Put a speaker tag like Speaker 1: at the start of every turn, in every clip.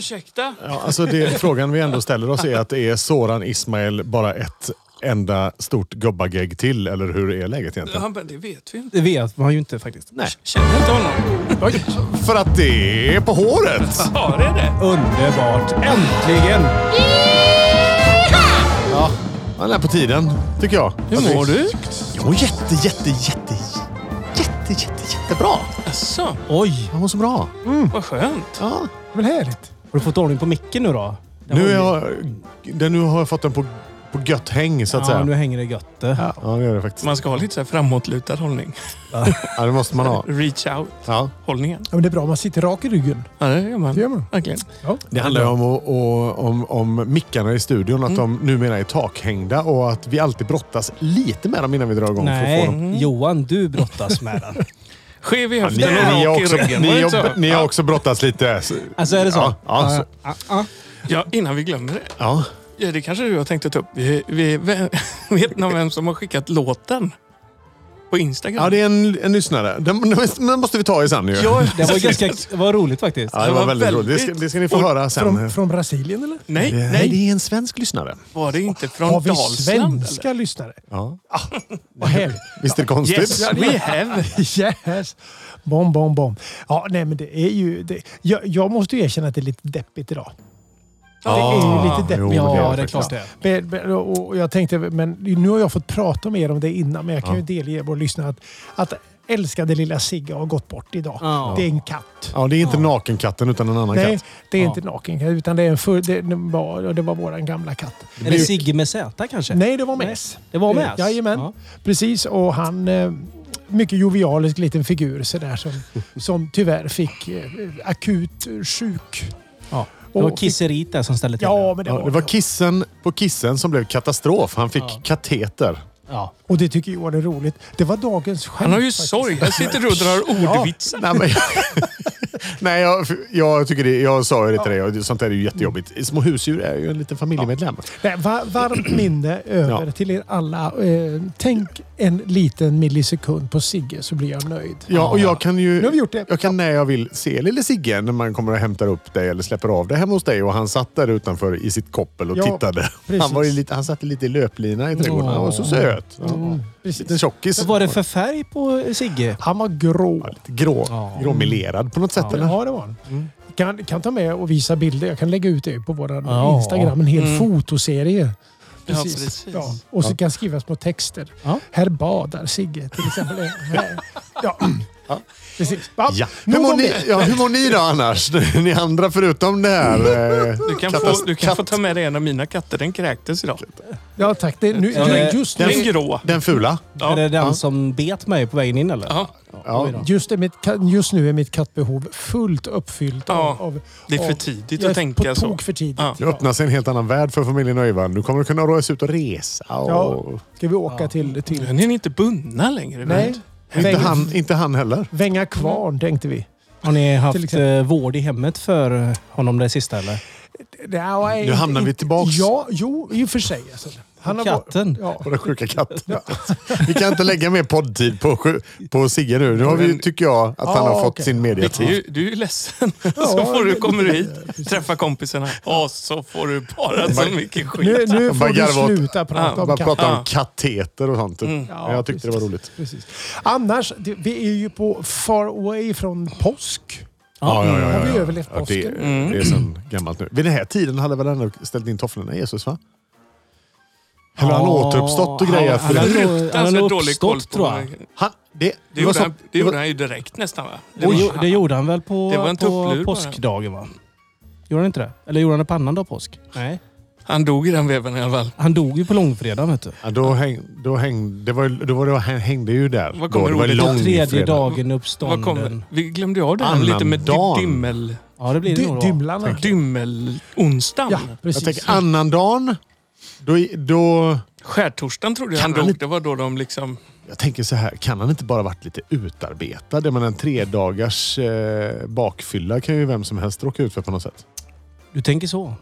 Speaker 1: Ursäkta?
Speaker 2: Ja, alltså det, frågan vi ändå ställer oss är att är Soran Ismail bara ett enda stort gubbagegg till? Eller hur är läget egentligen?
Speaker 1: Han bara, det vet vi inte.
Speaker 3: Det vet man ju inte faktiskt. Nej.
Speaker 1: Känner inte honom.
Speaker 3: Oj.
Speaker 2: För att det är på håret!
Speaker 1: Har det det?
Speaker 3: Underbart! Äntligen!
Speaker 2: Han är på tiden, tycker jag.
Speaker 1: Hur mår du?
Speaker 2: Jag mår jätte, jätte, jätte, jätte, jätte, jättebra.
Speaker 1: Jaså,
Speaker 3: Oj,
Speaker 2: Jag mår så bra.
Speaker 3: Mm.
Speaker 1: vad skönt.
Speaker 2: Ja.
Speaker 3: vad härligt. Har du fått ordning på micken nu då? Den var
Speaker 2: Nu,
Speaker 3: ju-
Speaker 2: är jag, den, nu har jag fått den på, på gött häng, så att
Speaker 3: Ja, nu
Speaker 2: säga.
Speaker 3: hänger det gött. det.
Speaker 2: Ja, det gör det faktiskt.
Speaker 1: Man ska ha lite så här framåtlutad hållning.
Speaker 2: Ja, det måste man ha.
Speaker 1: Reach out-hållningen.
Speaker 2: Ja.
Speaker 4: Ja, men det är bra, man sitter rak i ryggen.
Speaker 1: Ja, det gör man.
Speaker 4: Det gör man.
Speaker 1: Verkligen.
Speaker 2: Det handlar ju om, att- och, om, om mickarna i studion, att de numera är takhängda och att vi alltid brottas lite med dem innan vi drar igång. För att få dem.
Speaker 3: Nej, Johan, du brottas med den.
Speaker 1: Skev i
Speaker 2: Ni,
Speaker 1: höften
Speaker 2: ni,
Speaker 1: och
Speaker 2: har
Speaker 1: rak i
Speaker 2: också,
Speaker 1: ryggen.
Speaker 2: ni,
Speaker 1: Var det
Speaker 2: har-
Speaker 1: inte så?
Speaker 2: ni har också brottats lite. så-
Speaker 3: Alltså är det så?
Speaker 2: Ja, ja, så,
Speaker 3: Ah, ah.
Speaker 1: Ja, innan vi glömmer det.
Speaker 2: ja.
Speaker 1: Ja, det kanske du har tänkt att ta upp. Vi, vi, vem, vet någon vem som har skickat låten? På Instagram?
Speaker 2: ja det är en, en lyssnare. Den, den måste vi ta i sen ju.
Speaker 1: Ja,
Speaker 3: Det var ganska det var roligt faktiskt.
Speaker 2: Ja, det var väldigt roligt. Det ska, det ska ni få
Speaker 1: Och-
Speaker 2: höra sen.
Speaker 4: Från, från Brasilien eller?
Speaker 1: Nej,
Speaker 2: Det-
Speaker 1: nej.
Speaker 2: är en svensk lyssnare.
Speaker 1: Var det inte
Speaker 4: Har
Speaker 1: från
Speaker 4: vi
Speaker 1: Dalsland?
Speaker 4: svenska lyssnare?
Speaker 2: Ja.
Speaker 4: Vad härligt.
Speaker 2: Visst är det konstigt?
Speaker 1: eller? Yes, we have.
Speaker 4: Yes! Bom, bom, bom. Ja, nej men det är ju... Det, jag, jag måste ju erkänna att det är lite deppigt idag. Det är ju lite deppigt.
Speaker 2: Jo, det är
Speaker 3: Ja,
Speaker 2: det
Speaker 3: det är
Speaker 2: faktiskt.
Speaker 3: klart det.
Speaker 4: Men- men- Och jag tänkte, men nu har jag fått prata med er om det innan, men jag kan
Speaker 2: Ja.
Speaker 4: ju delge vår lyssnare att, att älskade lilla Sigge har gått bort idag.
Speaker 3: Ja.
Speaker 4: Det är en katt.
Speaker 2: Ja, det är inte nakenkatten utan en annan
Speaker 4: Nej,
Speaker 2: katt.
Speaker 4: det är
Speaker 3: Ja.
Speaker 4: inte naken utan det är en full, det, det var, det var våran gamla katt.
Speaker 3: Är det Sigge med Z kanske?
Speaker 4: Nej, det var
Speaker 3: Nej.
Speaker 4: med S.
Speaker 3: Det var med S.
Speaker 4: Jajamän.
Speaker 3: Ja.
Speaker 4: Precis, och han... eh, Mycket jovialisk liten figur sådär som, som tyvärr fick eh, akut eh, sjuk...
Speaker 3: Ja. Det var Kisserit där som ställde till
Speaker 4: Ja, men det
Speaker 2: Ja,
Speaker 4: var,
Speaker 2: det var kissen på kissen som blev katastrof. Han fick
Speaker 3: Ja.
Speaker 2: kateter.
Speaker 3: Ja.
Speaker 4: Och det tycker Johan är roligt. Det var dagens skämt.
Speaker 1: Han har ju
Speaker 4: faktiskt.
Speaker 1: sorg. Här sitter du och drar ordvitsar.
Speaker 2: Nej, men, nej jag, jag, tycker det, jag sa ju det till dig. och Sånt där är ju jättejobbigt. Små husdjur är ju en liten familjemedlem.
Speaker 4: Nej, va- varmt minne över
Speaker 2: Ja.
Speaker 4: till er alla. Eh, tänk en liten millisekund på Sigge så blir jag nöjd.
Speaker 2: Ja, och jag kan ju...
Speaker 4: Nu har vi gjort det.
Speaker 2: Jag kan när jag vill se lille Sigge när man kommer och hämtar upp dig eller släpper av dig hemma hos dig. Och han satt där utanför i sitt koppel och
Speaker 4: Ja,
Speaker 2: tittade. Han,
Speaker 4: precis.
Speaker 2: var ju lite, han satt lite i löplina i trädgården. Han var så söt. Ja. Liten
Speaker 4: Mm, Precis.
Speaker 2: tjockis.
Speaker 3: Vad var det för färg på Sigge?
Speaker 4: Han var grå.
Speaker 2: Lite grå,
Speaker 3: Ja.
Speaker 2: gråmelerad på något sätt eller?
Speaker 4: Ja, det var han. Kan, kan ta med och visa bilder. Jag kan lägga ut det på vår
Speaker 3: Ja.
Speaker 4: Instagram. En hel fotoserie.
Speaker 1: Ja, precis.
Speaker 4: Ja. Och så kan skrivas små texter.
Speaker 3: Ja.
Speaker 4: Här badar Sigge till exempel. Här- ja. Precis. Ja.
Speaker 2: Ja. Hur,
Speaker 4: Nog
Speaker 2: mår
Speaker 4: om
Speaker 2: ni,
Speaker 4: det.
Speaker 2: ja, hur mår ni då annars? Ni andra förutom det här? eh,
Speaker 1: Du kan,
Speaker 2: katas-
Speaker 1: få, du kan få
Speaker 2: kat-
Speaker 1: ta med dig en av mina katter. Den kräktes idag.
Speaker 4: Ja, tack. Det, är nu,
Speaker 3: Ja, det-
Speaker 4: just,
Speaker 1: Den
Speaker 4: nu,
Speaker 1: grå.
Speaker 2: Den fula?
Speaker 3: Är det
Speaker 1: Ja.
Speaker 3: den
Speaker 2: Ja.
Speaker 3: som bet mig på vägen in eller?
Speaker 1: Ja.
Speaker 2: Ja.
Speaker 3: Oj då.
Speaker 4: just, är mitt, ka- just nu är mitt kattbehov fullt uppfyllt.
Speaker 1: Ja,
Speaker 4: av, av,
Speaker 1: Det är för
Speaker 4: av-
Speaker 1: tidigt
Speaker 4: jag
Speaker 1: att
Speaker 4: är
Speaker 1: tänka
Speaker 4: på
Speaker 1: så.
Speaker 4: tok för tidigt.
Speaker 1: Ja.
Speaker 2: Nu öppnar sig en helt annan värld för familjen Öjvall. Nu kommer du kunna röra sig ut och resa. Och...
Speaker 4: Ja. Ska vi åka
Speaker 3: Ja.
Speaker 4: till,
Speaker 1: Nu
Speaker 4: till
Speaker 1: är ni inte bundna längre.
Speaker 4: Nej.
Speaker 1: väl?
Speaker 2: Inte,
Speaker 4: Väng-
Speaker 2: han, inte han heller.
Speaker 4: Vänga kvarn tänkte vi.
Speaker 3: Har ni
Speaker 4: Till
Speaker 3: haft
Speaker 4: exempel.
Speaker 3: eh, vård i hemmet för eh, honom det sista eller?
Speaker 4: Nej,
Speaker 2: Nu hamnar vi tillbaks.
Speaker 4: Ja, jo, i och för sig. Alltså. Han har
Speaker 3: Katten.
Speaker 4: Ja.
Speaker 2: På den sjuka katten. Vi kan inte lägga mer poddtid på, sju- på Sigge nu. Nu har vi, tycker jag att han
Speaker 4: Ja,
Speaker 2: har fått
Speaker 4: okej.
Speaker 2: sin
Speaker 1: Det är
Speaker 2: mediatid.
Speaker 1: ju, du är ju ledsen. så
Speaker 4: Ja,
Speaker 1: får du,
Speaker 4: det-
Speaker 1: kommer du hit, träffa kompisarna och så får du bara så mycket skit.
Speaker 4: Nu, nu
Speaker 2: Jag bara
Speaker 4: får du
Speaker 2: garvar åt-
Speaker 4: sluta prata
Speaker 2: Bara
Speaker 4: om katten.
Speaker 2: prata om
Speaker 1: Ja.
Speaker 2: kateter och sånt.
Speaker 4: Ja,
Speaker 2: Men jag tyckte det var roligt.
Speaker 4: Precis. Annars, det, vi är ju på far away från påsk.
Speaker 2: Ja, ja, ja,
Speaker 4: Har vi
Speaker 2: ja, ja.
Speaker 4: överlevt
Speaker 2: Ja, det,
Speaker 4: påsken?
Speaker 2: det är sen gammalt nu. Vid den här tiden hade väl ändå ställt in tofflorna Jesus va? Eller han
Speaker 3: Ja,
Speaker 2: återuppstått och grejer. För
Speaker 3: han, han,
Speaker 2: det.
Speaker 3: hade nog- han hade
Speaker 1: Fruktansvärt
Speaker 3: nog
Speaker 1: dålig koll
Speaker 3: uppstått
Speaker 1: på
Speaker 3: tror jag.
Speaker 1: honom.
Speaker 2: Han, det,
Speaker 1: Det
Speaker 2: det var
Speaker 1: gjorde,
Speaker 2: så,
Speaker 1: han, det gjorde han ju direkt nästan va?
Speaker 3: Det,
Speaker 1: var-
Speaker 3: gjo- det gjorde han väl på,
Speaker 1: Det var en
Speaker 3: på
Speaker 1: tupplur bara.
Speaker 3: påskdagen va? Gjorde han inte det? Eller gjorde han det på annan dag påsk? Nej.
Speaker 1: Han dog i den veven i alla fall.
Speaker 3: Han dog ju på långfredagen vet du.
Speaker 2: ja, då häng, då häng, det var, ju- då var det, han hängde ju där.
Speaker 1: Vad
Speaker 2: då,
Speaker 1: kommer
Speaker 2: det var
Speaker 1: ordet?
Speaker 2: lång
Speaker 3: Tredje
Speaker 2: fredag.
Speaker 3: dagen
Speaker 1: Vad
Speaker 3: uppstånden.
Speaker 1: kom, vi glömde ju av det här lite med
Speaker 2: Annandagen.
Speaker 1: dimmel...
Speaker 3: Ja det blir det
Speaker 4: Dy-
Speaker 3: nog. då.
Speaker 4: Dymlarna.
Speaker 1: Dymmel-onsdagen.
Speaker 4: Ja,
Speaker 2: Jag
Speaker 4: precis.
Speaker 2: tänker annandagen. Då, då,
Speaker 1: Skärtorsdagen trodde jag
Speaker 2: Kan
Speaker 1: han
Speaker 2: han
Speaker 1: dog.
Speaker 2: inte-
Speaker 1: Det var då de liksom...
Speaker 2: jag tänker så här, kan han inte bara varit lite utarbetad? Jag menar, en tre dagars eh, bakfylla kan ju vem som helst råka ut för på något sätt.
Speaker 3: Du tänker så?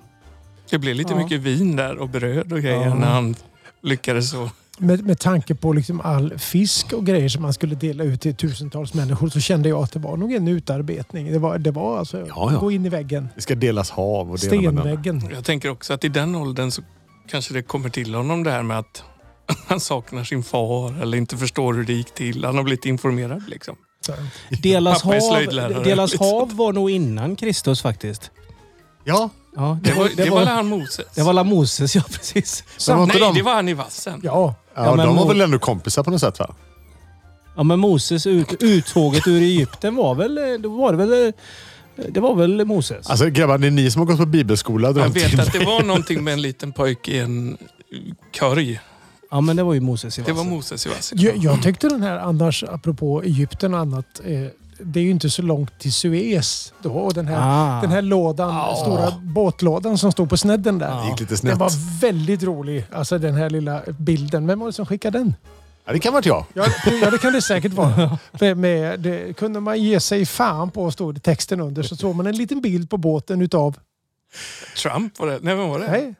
Speaker 1: Det blev lite
Speaker 3: Ja.
Speaker 1: mycket vin där och bröd och grejer
Speaker 3: Ja.
Speaker 1: när han lyckades så
Speaker 4: med, med tanke på liksom all fisk och grejer som man skulle dela ut till tusentals människor så kände jag att det var nog en utarbetning. Det var, det var alltså
Speaker 2: Ja, ja.
Speaker 4: gå in i väggen.
Speaker 2: Det ska delas hav och dela med den.
Speaker 4: Stenväggen.
Speaker 1: Jag tänker också att i den åldern så kanske det kommer till honom det här med att han saknar sin far eller inte förstår hur det gick till. Han har blivit informerad liksom.
Speaker 4: Så.
Speaker 3: Delas
Speaker 1: Pappa är
Speaker 3: hav,
Speaker 1: slöjdlärare.
Speaker 3: delas hav var nog innan Kristus faktiskt.
Speaker 2: Ja,
Speaker 3: Ja,
Speaker 1: Det var, det var,
Speaker 3: var,
Speaker 1: han Moses?
Speaker 3: det var la Moses, ja precis.
Speaker 2: men var inte
Speaker 1: Nej,
Speaker 2: de...
Speaker 1: det var han i vassen.
Speaker 4: Ja,
Speaker 2: Ja,
Speaker 3: Ja, men
Speaker 2: de var
Speaker 3: Mo-
Speaker 2: väl ändå kompisar på något sätt va?
Speaker 3: Ja, men Moses ut, uttåget ur Egypten var väl... Det var det väl... eh, Det var väl Moses?
Speaker 2: Alltså grabbar, det är ni som har gått på bibelskola. drar
Speaker 1: Jag
Speaker 2: inte
Speaker 1: vet
Speaker 2: in
Speaker 1: att
Speaker 2: mig.
Speaker 1: det var någonting med en liten pojke i en korg.
Speaker 3: ja, men det var ju Moses i
Speaker 1: Det var
Speaker 3: vassen.
Speaker 1: Moses i vassen.
Speaker 4: jag, jag tyckte den här annars, apropå Egypten och annat, eh, det är ju inte så långt till Suez då. Och den här,
Speaker 3: Ah.
Speaker 4: den här lådan,
Speaker 2: Ja.
Speaker 4: stora båtlådan som stod på snedden där.
Speaker 3: Ja.
Speaker 2: Det gick lite
Speaker 4: Den
Speaker 2: snett. Det,
Speaker 4: var väldigt rolig, alltså den här lilla bilden. Vem var det som skickade den?
Speaker 2: ja, det kan varit jag.
Speaker 4: Ja, det- ja det kan det säkert vara. För med, det, kunde man ge sig fan på, stod det texten under, så såg man en liten bild på båten utav...
Speaker 1: Trump var det. Nej, vem var det?
Speaker 4: Nej,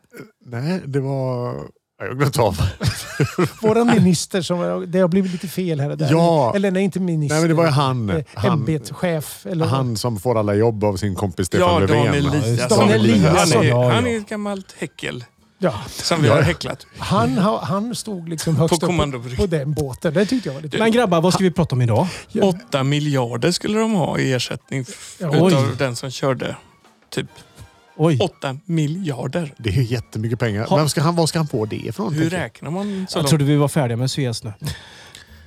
Speaker 2: Nej, det var... Ja, Jag har glömt av.
Speaker 4: våran minister som... Det har blivit lite fel här och där.
Speaker 2: Ja.
Speaker 4: Eller nej, inte minister.
Speaker 2: Nej, men det var ju han.
Speaker 4: Eh,
Speaker 2: Han,
Speaker 4: Ämbetschef. Eller
Speaker 2: han som får alla jobb av sin kompis Stefan
Speaker 1: ja,
Speaker 2: Löfven.
Speaker 1: Dan
Speaker 2: va?
Speaker 1: Eliasson.
Speaker 4: Dan Eliasson,
Speaker 1: Han, är,
Speaker 3: ja, ja.
Speaker 1: han är ett gammalt häckel
Speaker 4: Ja,
Speaker 1: som vi
Speaker 2: Ja,
Speaker 1: har
Speaker 2: ja.
Speaker 1: häcklat.
Speaker 4: han, ha- han stod liksom högst upp
Speaker 1: kommandobrygg.
Speaker 4: på den båten. Det tyckte jag var lite...
Speaker 3: Men grabbar, vad ska vi prata om idag?
Speaker 1: Åtta miljarder skulle de ha i ersättning f-
Speaker 4: Ja,
Speaker 1: utav
Speaker 3: oj.
Speaker 1: den som körde. Typ
Speaker 3: Oj.
Speaker 1: åtta miljarder.
Speaker 2: Det är ju jättemycket pengar.
Speaker 3: Ha-
Speaker 2: Vem ska han, var ska han få det ifrån?
Speaker 1: Hur
Speaker 2: tänker jag?
Speaker 1: räknar man så
Speaker 3: Jag
Speaker 1: långt?
Speaker 3: trodde vi var färdiga med Suez nu.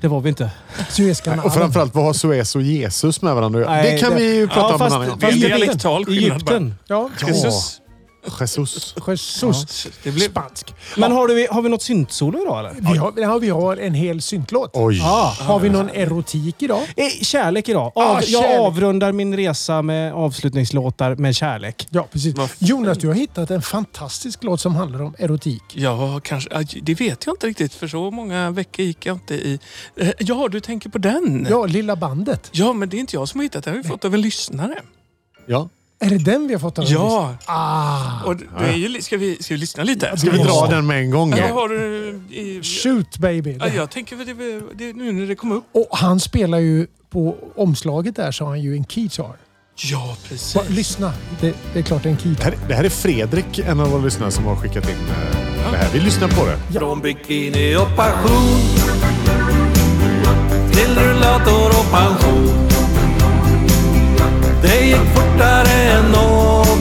Speaker 3: Det var vi inte.
Speaker 4: Suezkanalen.
Speaker 2: Och framförallt, vad har Suez och Jesus med varandra att göra?
Speaker 3: Nej,
Speaker 2: Det kan
Speaker 4: det-
Speaker 2: vi ju prata om en annan gång.
Speaker 3: fast,
Speaker 1: Det är
Speaker 3: fast
Speaker 1: en
Speaker 3: Egypten.
Speaker 1: dialektal skillnad bara.
Speaker 3: Egypten.
Speaker 4: Ja,
Speaker 1: Jesus.
Speaker 2: Jesus.
Speaker 4: Jesus.
Speaker 1: Det blev...
Speaker 4: Spansk.
Speaker 3: Men har, du, har vi något syntsolo idag eller?
Speaker 4: Vi har, ja, vi har en hel syntlåt.
Speaker 2: Oj.
Speaker 3: Ja.
Speaker 4: Har vi någon erotik idag?
Speaker 3: Eh, Kärlek idag. Av,
Speaker 4: Ah,
Speaker 3: jag
Speaker 4: kärlek.
Speaker 3: avrundar min resa med avslutningslåtar med kärlek.
Speaker 4: Ja, precis.
Speaker 1: Vad fint.
Speaker 4: Jonas, du har hittat en fantastisk låt som handlar om erotik.
Speaker 1: Ja, kanske. aj, Det vet jag inte riktigt för så många veckor gick jag inte i... Eh, Ja, du tänker på den?
Speaker 4: Ja, Lilla bandet.
Speaker 1: Ja, men det är inte jag som har hittat den. Vi har fått av en lyssnare.
Speaker 2: Ja.
Speaker 4: Är det den vi har fått av
Speaker 1: Ja,
Speaker 4: Ah,
Speaker 1: och det är ju, li- ska, vi, ska vi lyssna lite?
Speaker 2: Ska vi dra
Speaker 4: Ja.
Speaker 2: den med en gång?
Speaker 1: Vad
Speaker 2: Ja.
Speaker 1: har du... I,
Speaker 4: shoot baby.
Speaker 1: ja, jag tänker väl det, det, nu när det kom upp.
Speaker 4: Och han spelar ju, på omslaget där så har han ju en keytar.
Speaker 1: Ja,
Speaker 4: Va,
Speaker 1: precis.
Speaker 4: lyssna, det, det är klart det är en
Speaker 2: Det
Speaker 4: keytar.
Speaker 2: här, det här är Fredrik, en av våra lyssnare, som har skickat in eh, det här. Vi lyssnar på det.
Speaker 5: Från bikini och passion Till rullator och pension Det gick fortare än någon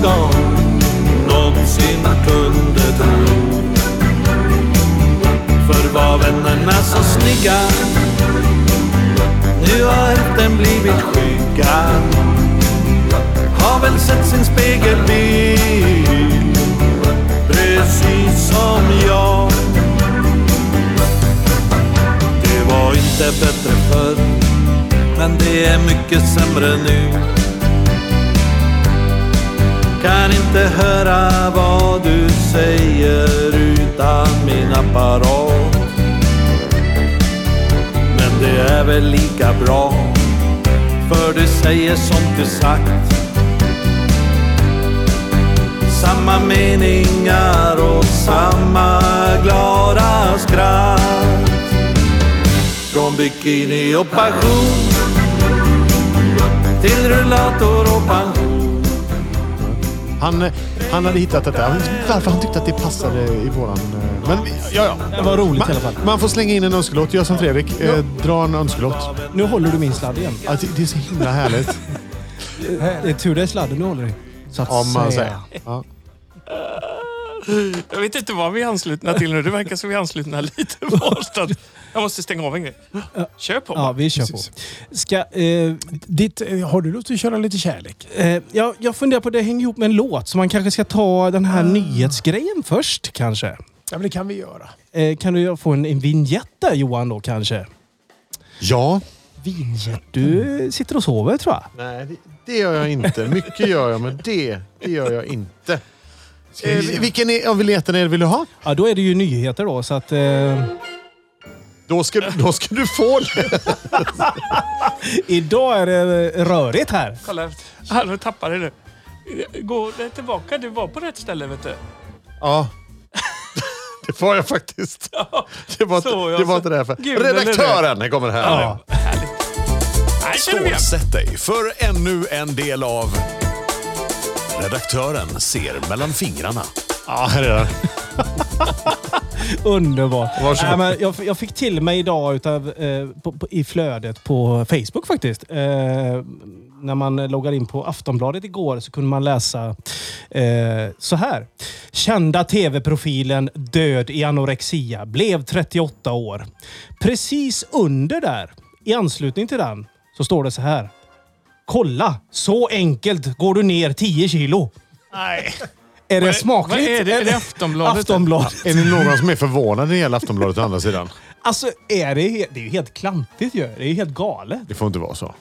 Speaker 5: någonsin kunde tro För var vännerna så snygga Nu har hälften blivit skygga Har väl sett sin spegelbild Precis som jag det var inte bättre förr Men det är mycket sämre nu Kan inte höra vad du säger utan min apparat Men det är väl lika bra För du säger som du sagt Samma meningar och samma glada skratt från bikini och passion till rullator och pension.
Speaker 2: Han, eh, han hade hittat detta. Han- Varför han tyckte att det passade i våran... eh, Men ja, ja.
Speaker 3: Det var roligt i alla fall.
Speaker 2: Man, man får slänga in en önskelåt. Gör som Fredrik. Eh, dra en önskelåt.
Speaker 3: Nu håller du min sladd igen.
Speaker 2: Ja, det, det är så himla härligt.
Speaker 3: Det är tur det är sladden du håller i. Så att
Speaker 2: om man säger.
Speaker 3: säga.
Speaker 2: Ja.
Speaker 1: Jag vet inte vad vi är anslutna till nu. Det verkar som vi är anslutna lite varstans. Jag måste stänga av en grej. Kör på.
Speaker 3: Ja, vi kör på. Ska, eh,
Speaker 4: Ditt, eh, har du lust att köra lite kärlek?
Speaker 3: eh, jag, jag funderar på, det hänger ihop med en låt, så man kanske ska ta den här nyhetsgrejen först kanske.
Speaker 4: Ja, men det kan vi göra.
Speaker 3: Eh, kan du få en, en vignett där Johan då kanske?
Speaker 2: ja.
Speaker 3: Vignett? Du eh, sitter och sover tror jag.
Speaker 2: Nej, det, det gör jag inte. Mycket gör jag, men det, det gör jag inte. Eh, vilken är, av biljetterna är det vill du ha?
Speaker 3: Ja, då är det ju nyheter då, så att... Eh,
Speaker 2: Då ska, du- då ska du få det.
Speaker 3: idag är det rörigt här.
Speaker 1: Kolla. Här, nu tappade du. Gå tillbaka. Du var på rätt ställe, vet du.
Speaker 2: Ja. Det var jag faktiskt. Det var, inte-
Speaker 1: Så jag
Speaker 2: det var
Speaker 1: så-
Speaker 2: inte därför.
Speaker 1: Gul eller röd?
Speaker 2: Redaktören kommer här.
Speaker 1: Ja. Härligt. Här känner vi igen.
Speaker 6: Sätt dig för ännu en del av Redaktören ser mellan fingrarna.
Speaker 2: Ja, här är den.
Speaker 3: Underbart.
Speaker 2: Varsågod.
Speaker 3: Nej, men jag, f- jag fick till mig idag utav, eh, på, på, i flödet på Facebook faktiskt. Eh, när man loggar in på Aftonbladet igår så kunde man läsa eh, så här. Kända tv-profilen död i anorexia. Blev 38 år. Precis under där, i anslutning till den, så står det så här. Kolla! Så enkelt går du ner 10 kilo.
Speaker 2: Nej.
Speaker 3: Är det
Speaker 1: är-
Speaker 3: smakligt?
Speaker 1: vad är det? Är det Aftonbladet?
Speaker 3: Aftonbladet.
Speaker 2: Är det någon som är förvånad när det gäller Aftonbladet å andra sidan?
Speaker 3: Alltså, är det, he- det är ju helt klantigt ju. Det är ju helt galet.
Speaker 2: Det får inte vara så.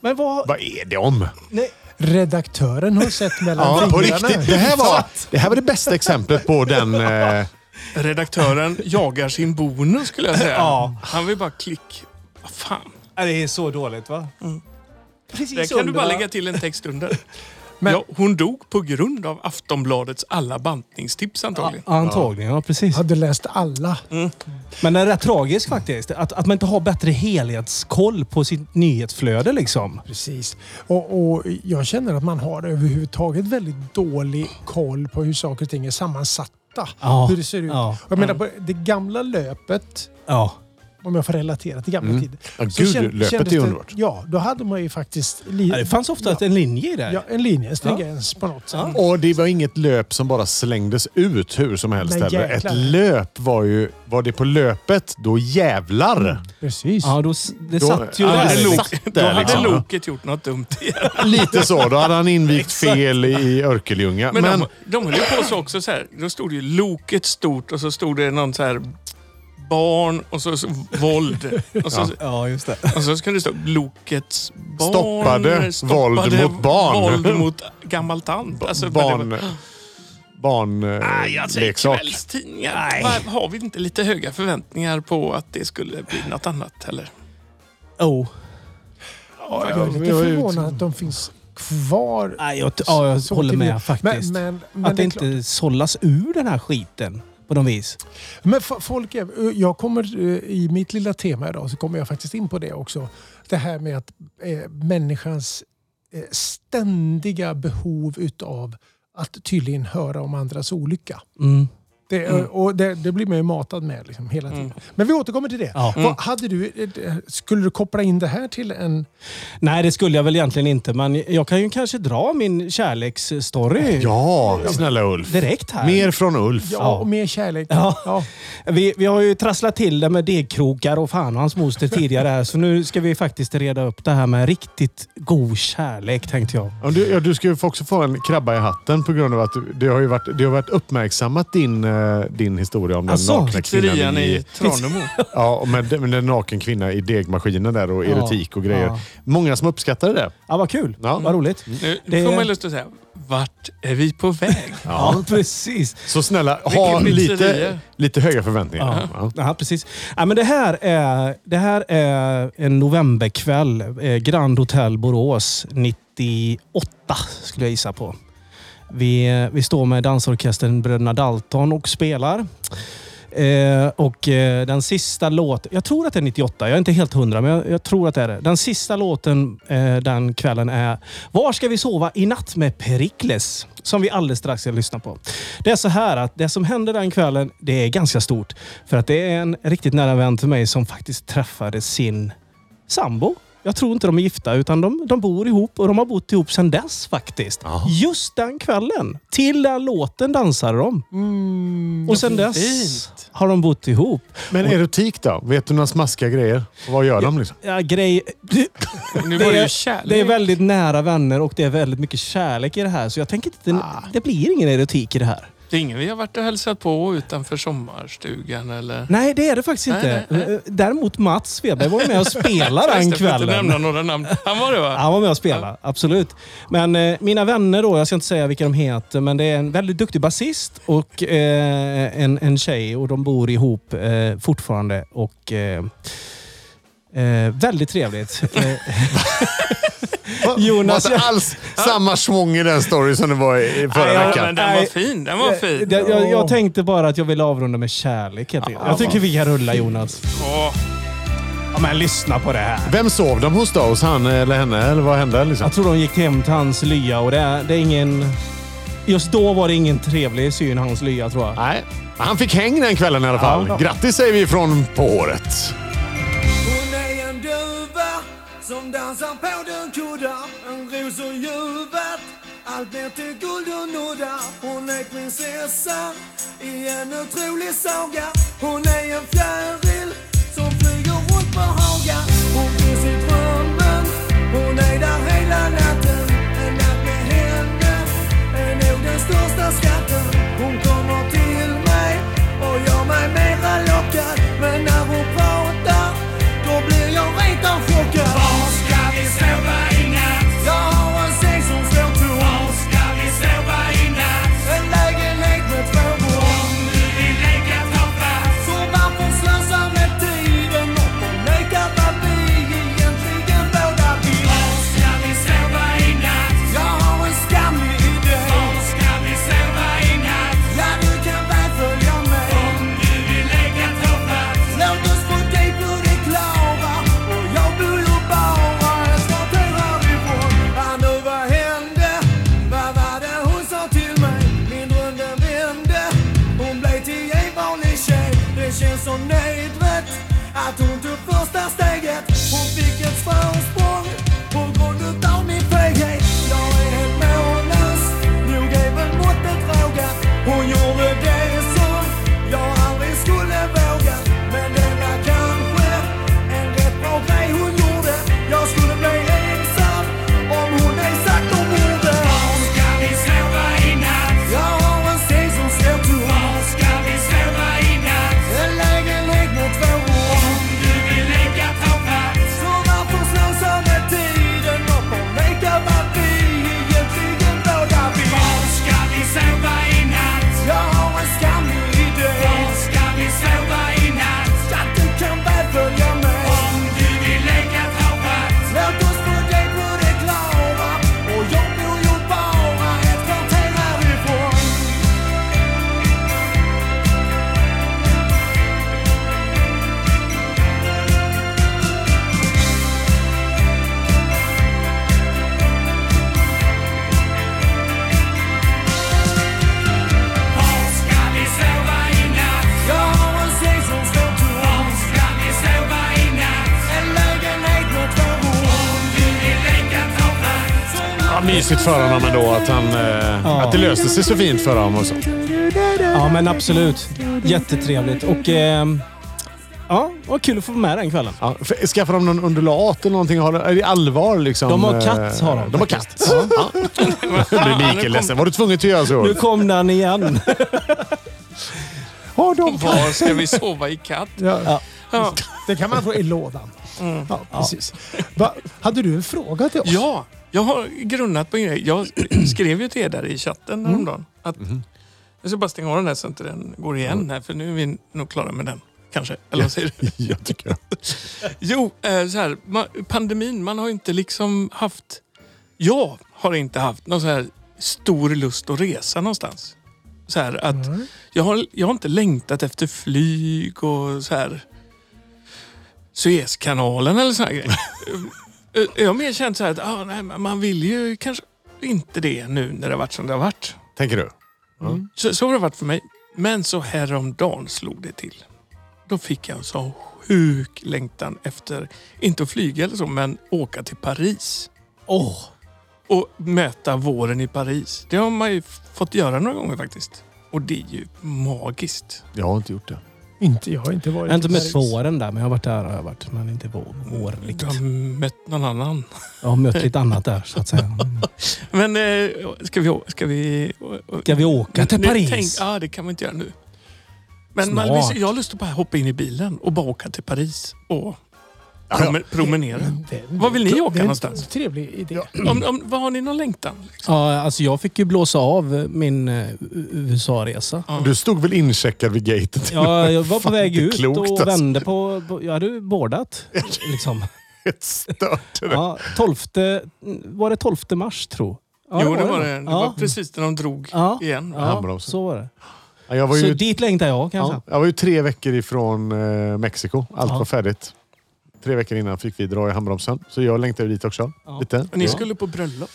Speaker 3: Men vad...
Speaker 2: Vad är det om?
Speaker 3: Nej,
Speaker 4: Redaktören har sett mellan
Speaker 2: Ja, på
Speaker 4: fingrarna.
Speaker 2: riktigt. Det här, var, det här var det bästa exemplet på den... Eh,
Speaker 1: Redaktören jagar sin bonus skulle jag säga.
Speaker 3: Ja.
Speaker 1: Han vill bara klick. Vad fan.
Speaker 3: nej, det är så dåligt va? Precis
Speaker 1: Där kan du
Speaker 3: under,
Speaker 1: bara
Speaker 3: va?
Speaker 1: lägga till en text under. ja, hon dog på grund av Aftonbladets alla bantningstips antagligen.
Speaker 3: Ja, antagligen, ja precis.
Speaker 4: Hade läst alla.
Speaker 3: Men den är rätt tragisk faktiskt. Att, att man inte har bättre helhetskoll på sitt nyhetsflöde liksom.
Speaker 4: Precis. Och, och jag känner att man har överhuvudtaget väldigt dålig koll på hur saker och ting är sammansatta.
Speaker 3: Ja,
Speaker 4: Hur det ser ut.
Speaker 3: ja.
Speaker 4: Och jag menar, på det gamla löpet,
Speaker 3: Ja.
Speaker 4: om jag får relatera till gamla tider.
Speaker 2: Mm. Ja,
Speaker 4: så
Speaker 2: gud,
Speaker 4: kän-
Speaker 2: löpet
Speaker 4: kändes
Speaker 2: är ju
Speaker 4: det-
Speaker 2: underbart.
Speaker 4: Ja, då hade man ju faktiskt... Li-
Speaker 3: Ja, Det fanns ofta en linje i det.
Speaker 4: ja, en linje, en stringens på något sätt.
Speaker 2: och det var inget löp som bara slängdes ut hur som helst.
Speaker 4: Nej,
Speaker 2: Eller. Ett
Speaker 4: jäklar.
Speaker 2: löp var ju... Var det på löpet, då jävlar!
Speaker 4: Precis.
Speaker 3: Ja, då, s- det
Speaker 2: Då-
Speaker 3: satt ju
Speaker 2: ja,
Speaker 1: Då
Speaker 3: där.
Speaker 1: hade,
Speaker 2: det
Speaker 3: liksom.
Speaker 2: satt
Speaker 1: lok,
Speaker 2: där,
Speaker 1: då hade
Speaker 2: liksom.
Speaker 1: loket gjort något dumt igen.
Speaker 2: Lite så. Då hade han invigt fel i Örkelljunga.
Speaker 1: Men,
Speaker 2: Men,
Speaker 1: De, de höll ju på så också. Så här. Då stod det ju loket stort och så stod det någon så här barn och så, så våld. Och så,
Speaker 3: Ja, just det.
Speaker 1: och så kunde det stå lokets barn.
Speaker 2: Stoppade våld mot barn.
Speaker 1: Våld mot gammal tant. Alltså, men det var-
Speaker 2: barn... Barn...
Speaker 1: Nej,
Speaker 2: Eh,
Speaker 1: alltså
Speaker 2: leksak.
Speaker 1: kvällstidningar. Var- Har vi inte lite höga förväntningar på att det skulle bli något annat heller?
Speaker 3: Oh.
Speaker 4: Ja, jag är lite
Speaker 2: jag är ju- liksom-
Speaker 4: förvånad att de finns kvar.
Speaker 3: Nej, jag, t- ja, jag
Speaker 4: Så
Speaker 3: håller
Speaker 4: till-
Speaker 3: med faktiskt.
Speaker 4: Men, men, men
Speaker 3: att det,
Speaker 4: är klart-
Speaker 3: inte sållas ur den här skiten på något vis.
Speaker 4: Men fo- folk är, jag kommer eh, i mitt lilla tema idag så kommer jag faktiskt in på det också. Det här med att eh, människans eh, ständiga behov utav att tydligen höra om andras olycka.
Speaker 3: Mm.
Speaker 4: Det, eh, och det, det blir man ju matad med liksom, hela tiden. Men vi återkommer till det.
Speaker 3: Ja.
Speaker 4: Vad, hade du, eh, d- skulle du koppla in det här till en...
Speaker 3: Nej, det skulle jag väl egentligen inte, men jag kan ju kanske dra min kärleksstory
Speaker 2: Ja, snälla Ulf.
Speaker 3: direkt här.
Speaker 2: Mer från Ulf.
Speaker 4: Ja,
Speaker 3: Ja.
Speaker 4: och mer kärlek.
Speaker 3: Ja.
Speaker 4: Ja.
Speaker 3: Vi, vi har ju trasslat till det med degkrokar och fan och hans moster tidigare här, så nu ska vi faktiskt reda upp det här med riktigt god kärlek, tänkte jag.
Speaker 2: Ja, du, ja, du ska ju få- också få en krabba i hatten på grund av att du- det har ju varit, det har varit uppmärksammat din, eh, din historia om den
Speaker 3: Alltså,
Speaker 2: nakna kvinnan
Speaker 1: Pizzerian
Speaker 2: i,
Speaker 1: i Tranemo.
Speaker 2: Ja, och med, den- med den naken kvinna i degmaskinen där och
Speaker 3: Ja,
Speaker 2: erotik och grejer.
Speaker 3: ja. Mm.
Speaker 2: Många som uppskattade det.
Speaker 3: Ja, vad kul!
Speaker 2: Ja.
Speaker 3: Vad roligt.
Speaker 1: Nu
Speaker 3: Det-
Speaker 1: får man ju lust att säga, vart är vi på väg?
Speaker 3: Ja, precis.
Speaker 2: Så snälla, ha
Speaker 1: Vilken
Speaker 2: lite,
Speaker 1: pizzeria.
Speaker 2: lite höga förväntningar. Ja.
Speaker 3: Ja, precis. Ja, men det, här är, det här är en novemberkväll. Eh, Grand Hotel Borås 98 skulle jag gissa på. Vi, vi står med dansorkestern Bröderna Dalton och spelar. Eh, och eh, den sista låten, jag tror att det är 98, jag är inte helt hundra, men jag, jag tror att det är det. Den sista låten eh, den kvällen är Var ska vi sova i natt med Perikles? Som vi alldeles strax ska lyssna på. Det är så här att det som hände den kvällen, det är ganska stort. För att det är en riktigt nära vän till mig som faktiskt träffade sin sambo. Jag tror inte de är gifta, utan de, de bor ihop och de har bott ihop sedan dess faktiskt. Just den kvällen, till den låten dansade de. och sedan dess
Speaker 1: fint.
Speaker 3: har de bott ihop.
Speaker 2: Men erotik då? Vet du några smaskiga grejer? Och vad gör de? Liksom?
Speaker 3: Ja, grej... Det
Speaker 1: Nu var det ju
Speaker 3: är,
Speaker 1: kärlek.
Speaker 3: det är väldigt nära vänner och det är väldigt mycket kärlek i det här. Så jag tänker inte...
Speaker 1: Ah.
Speaker 3: Det blir ingen erotik i det här.
Speaker 1: Det är ingen vi har varit och hälsat på utanför sommarstugan eller...
Speaker 3: Nej, det är det faktiskt inte. Eh,
Speaker 1: Nej, nej,
Speaker 3: Däremot Mats Svedberg var med och spelade den
Speaker 1: Förresten, får inte
Speaker 3: kvällen.
Speaker 1: nämna några namn. Han var det va?
Speaker 3: Han var med och spelade, absolut. Men eh, mina vänner då, jag ska inte säga vilka de heter, men det är en väldigt duktig basist och eh, en, en tjej och de bor ihop eh, fortfarande. Och, eh, eh, väldigt trevligt. Eh, Jonas,
Speaker 2: var inte alls samma schvung i den story som det var i förra
Speaker 3: Nej, jag-
Speaker 2: veckan.
Speaker 1: men den var
Speaker 3: Nej.
Speaker 1: fin. Den var fin.
Speaker 3: Eh, Jag, jag, jag tänkte bara att jag ville avrunda med kärlek. helt enkelt. Jag tycker vi kan rulla Jonas.
Speaker 1: Åh,
Speaker 3: Ja, men lyssna på det här.
Speaker 2: Vem sov de hos då? Hos han eller henne? Eller vad hände? Liksom?
Speaker 3: Jag tror de gick hem till hans lya och det är, det är ingen... Just då var det ingen trevlig syn, hans lya tror jag.
Speaker 2: Nej. Han fick häng den kvällen i alla fall.
Speaker 3: Ja.
Speaker 2: Grattis säger vi från på året.
Speaker 7: Hon är en duva som dansar på den kudda En ros och ljuvet, allt blir till guld och nudda Hon är prinsessa i en otrolig saga Hon är en fjäril som flyger runt på Haga Hon finns i drömmen, hon är där hela natten En natt med henne är nog den största skatten Hon kommer till mig och gör mig mera lockad Men när hon pratar då blir jag rent av chockad Var ska vi sova i natt? Jag har en säng som står tom Var ska vi sova i natt? En lägenhet med två rum Om du vill leka ta fast Så varför slösa med tiden? Och de nekar vad vi egentligen båda vill Var ska vi sova i natt? Jag har en skamlig idé Var ska vi sova i natt? Ja, du kan väl följa med Om du vill leka ta fast Låt oss få dig på det klara Och jag bor ju bara en snart härifrån Ah, nu vad hände? Vad var det hon sa till mig? Min runda vände Hon blev till en vanlig tjej Det känns så nödvändigt Att hon tog första steget Hon fick ett försprång På grund utav min feghet Jag är helt mållös Nog är väl måttet frågat Hon gjorde det som jag aldrig skulle våga Men det var kanske en rätt bra grej hon gjorde Jag skulle bli ensam om hon ej sagt de orden Var ska vi sova i natt? Jag har en säng som står tom Var ska vi sova i natt? En lägenhet med två rum Om du vill leka tappad Så varför slösa med tiden och förneka vad vi egentligen båda vill? Var ska vi sova i natt? Jag har en skamlig idé Var ska vi sova i natt? Så att du kan väl följa med Om du vill leka tappad Låt oss få dig på det klara Och jag bor ju bara ett kvarter härifrån
Speaker 2: Ja, mysigt för honom ändå att, han, eh,
Speaker 3: Ja.
Speaker 2: att det löste sig så fint för honom. Och så.
Speaker 3: Ja, men absolut. Jättetrevligt. Och ehm, ja, vad kul att få vara med den kvällen.
Speaker 2: Ja, för- skaffar de någon undulat eller någonting? Har de, är det allvar liksom?
Speaker 3: De har katt,
Speaker 2: eh,
Speaker 3: har de
Speaker 2: De har
Speaker 3: faktiskt.
Speaker 2: katt. Ja. Nu blir Mikael ledsen. Var du tvungen att göra så?
Speaker 3: Nu kom den igen.
Speaker 4: Har de
Speaker 1: var ska vi sova i katt?
Speaker 4: Ja.
Speaker 1: Ja.
Speaker 4: Det kan man få i lådan. Ja, precis. Va, hade du en fråga till oss?
Speaker 1: Ja, jag har grunnat på en grej. Jag skrev ju till er där i chatten
Speaker 3: Mm.
Speaker 1: häromdagen. Att
Speaker 3: Mm-hmm.
Speaker 1: jag ska bara stänga av den här så inte den går igen här, för nu är vi nog klara med den. Kanske. Eller vad säger du?
Speaker 2: Jag tycker
Speaker 1: Jo, eh, så här. ma- Pandemin, man har ju inte liksom haft... Jag har inte haft någon så här stor lust att resa någonstans. Så här att jag, har, jag har inte längtat efter flyg och så här... Suezkanalen eller såna här grejer. Eh, jag har mer känt så här att ah, nej, men man vill ju kanske inte det nu när det har varit som det har varit.
Speaker 2: Tänker du?
Speaker 1: Så, så har det varit för mig. Men så häromdagen slog det till. Då fick jag en sån sjuk längtan efter, inte att flyga eller så, men åka till Paris.
Speaker 3: Åh,
Speaker 1: Och möta våren i Paris. Det har man ju f- fått göra några gånger faktiskt. Och det är ju magiskt.
Speaker 2: Jag har inte gjort det.
Speaker 4: Inte, jag har inte varit
Speaker 3: jag har inte
Speaker 4: i
Speaker 3: mött
Speaker 4: Paris.
Speaker 3: våren där, men jag har varit där har jag varit. Men inte vår, vårligt.
Speaker 1: Du har mött någon annan.
Speaker 3: Jag har mött lite annat där, så att säga.
Speaker 1: Men eh, ska vi... å- Ska vi, å- å-
Speaker 3: Ska vi åka till
Speaker 1: Nu- nu
Speaker 3: Paris?
Speaker 1: tänk- Ja, det kan man inte göra nu. Men man,
Speaker 3: Snart.
Speaker 1: visst, jag har lust att bara hoppa in i bilen och bara åka till Paris och promen- promenera.
Speaker 4: Den-
Speaker 1: Vad vill ni åka
Speaker 4: det är en
Speaker 1: någonstans?
Speaker 4: Trevlig idé.
Speaker 1: Om, om, vad har ni någon längtan?
Speaker 3: Ja, alltså jag fick ju blåsa av eh, min eh, U- USA-resa.
Speaker 2: Du stod väl incheckad vid gaten? till-
Speaker 3: Ja, jag var på
Speaker 2: Fan,
Speaker 3: väg
Speaker 2: det är
Speaker 3: ut
Speaker 2: klokt,
Speaker 3: och
Speaker 2: alltså.
Speaker 3: vände på... på jag hade ju bordat. Liksom.
Speaker 2: helt stört. det där.
Speaker 3: Ja, 12, var det 12 mars tro? Ja,
Speaker 1: jo, det var det. Det
Speaker 3: ja.
Speaker 1: var typ precis när de drog
Speaker 3: Ja.
Speaker 1: igen.
Speaker 3: Ja,
Speaker 2: Handbromsen.
Speaker 3: så var det.
Speaker 2: Ja, Jag var
Speaker 3: Så
Speaker 2: ju,
Speaker 3: dit längtar jag kanske.
Speaker 2: ja, jag var ju tre veckor ifrån eh, Mexiko. Allt
Speaker 3: Ja.
Speaker 2: var färdigt. Tre veckor innan fick vi dra i handbromsen. Så jag längtade dit också.
Speaker 3: Ja.
Speaker 2: Lite.
Speaker 1: Ni
Speaker 2: Ja.
Speaker 1: skulle på bröllop.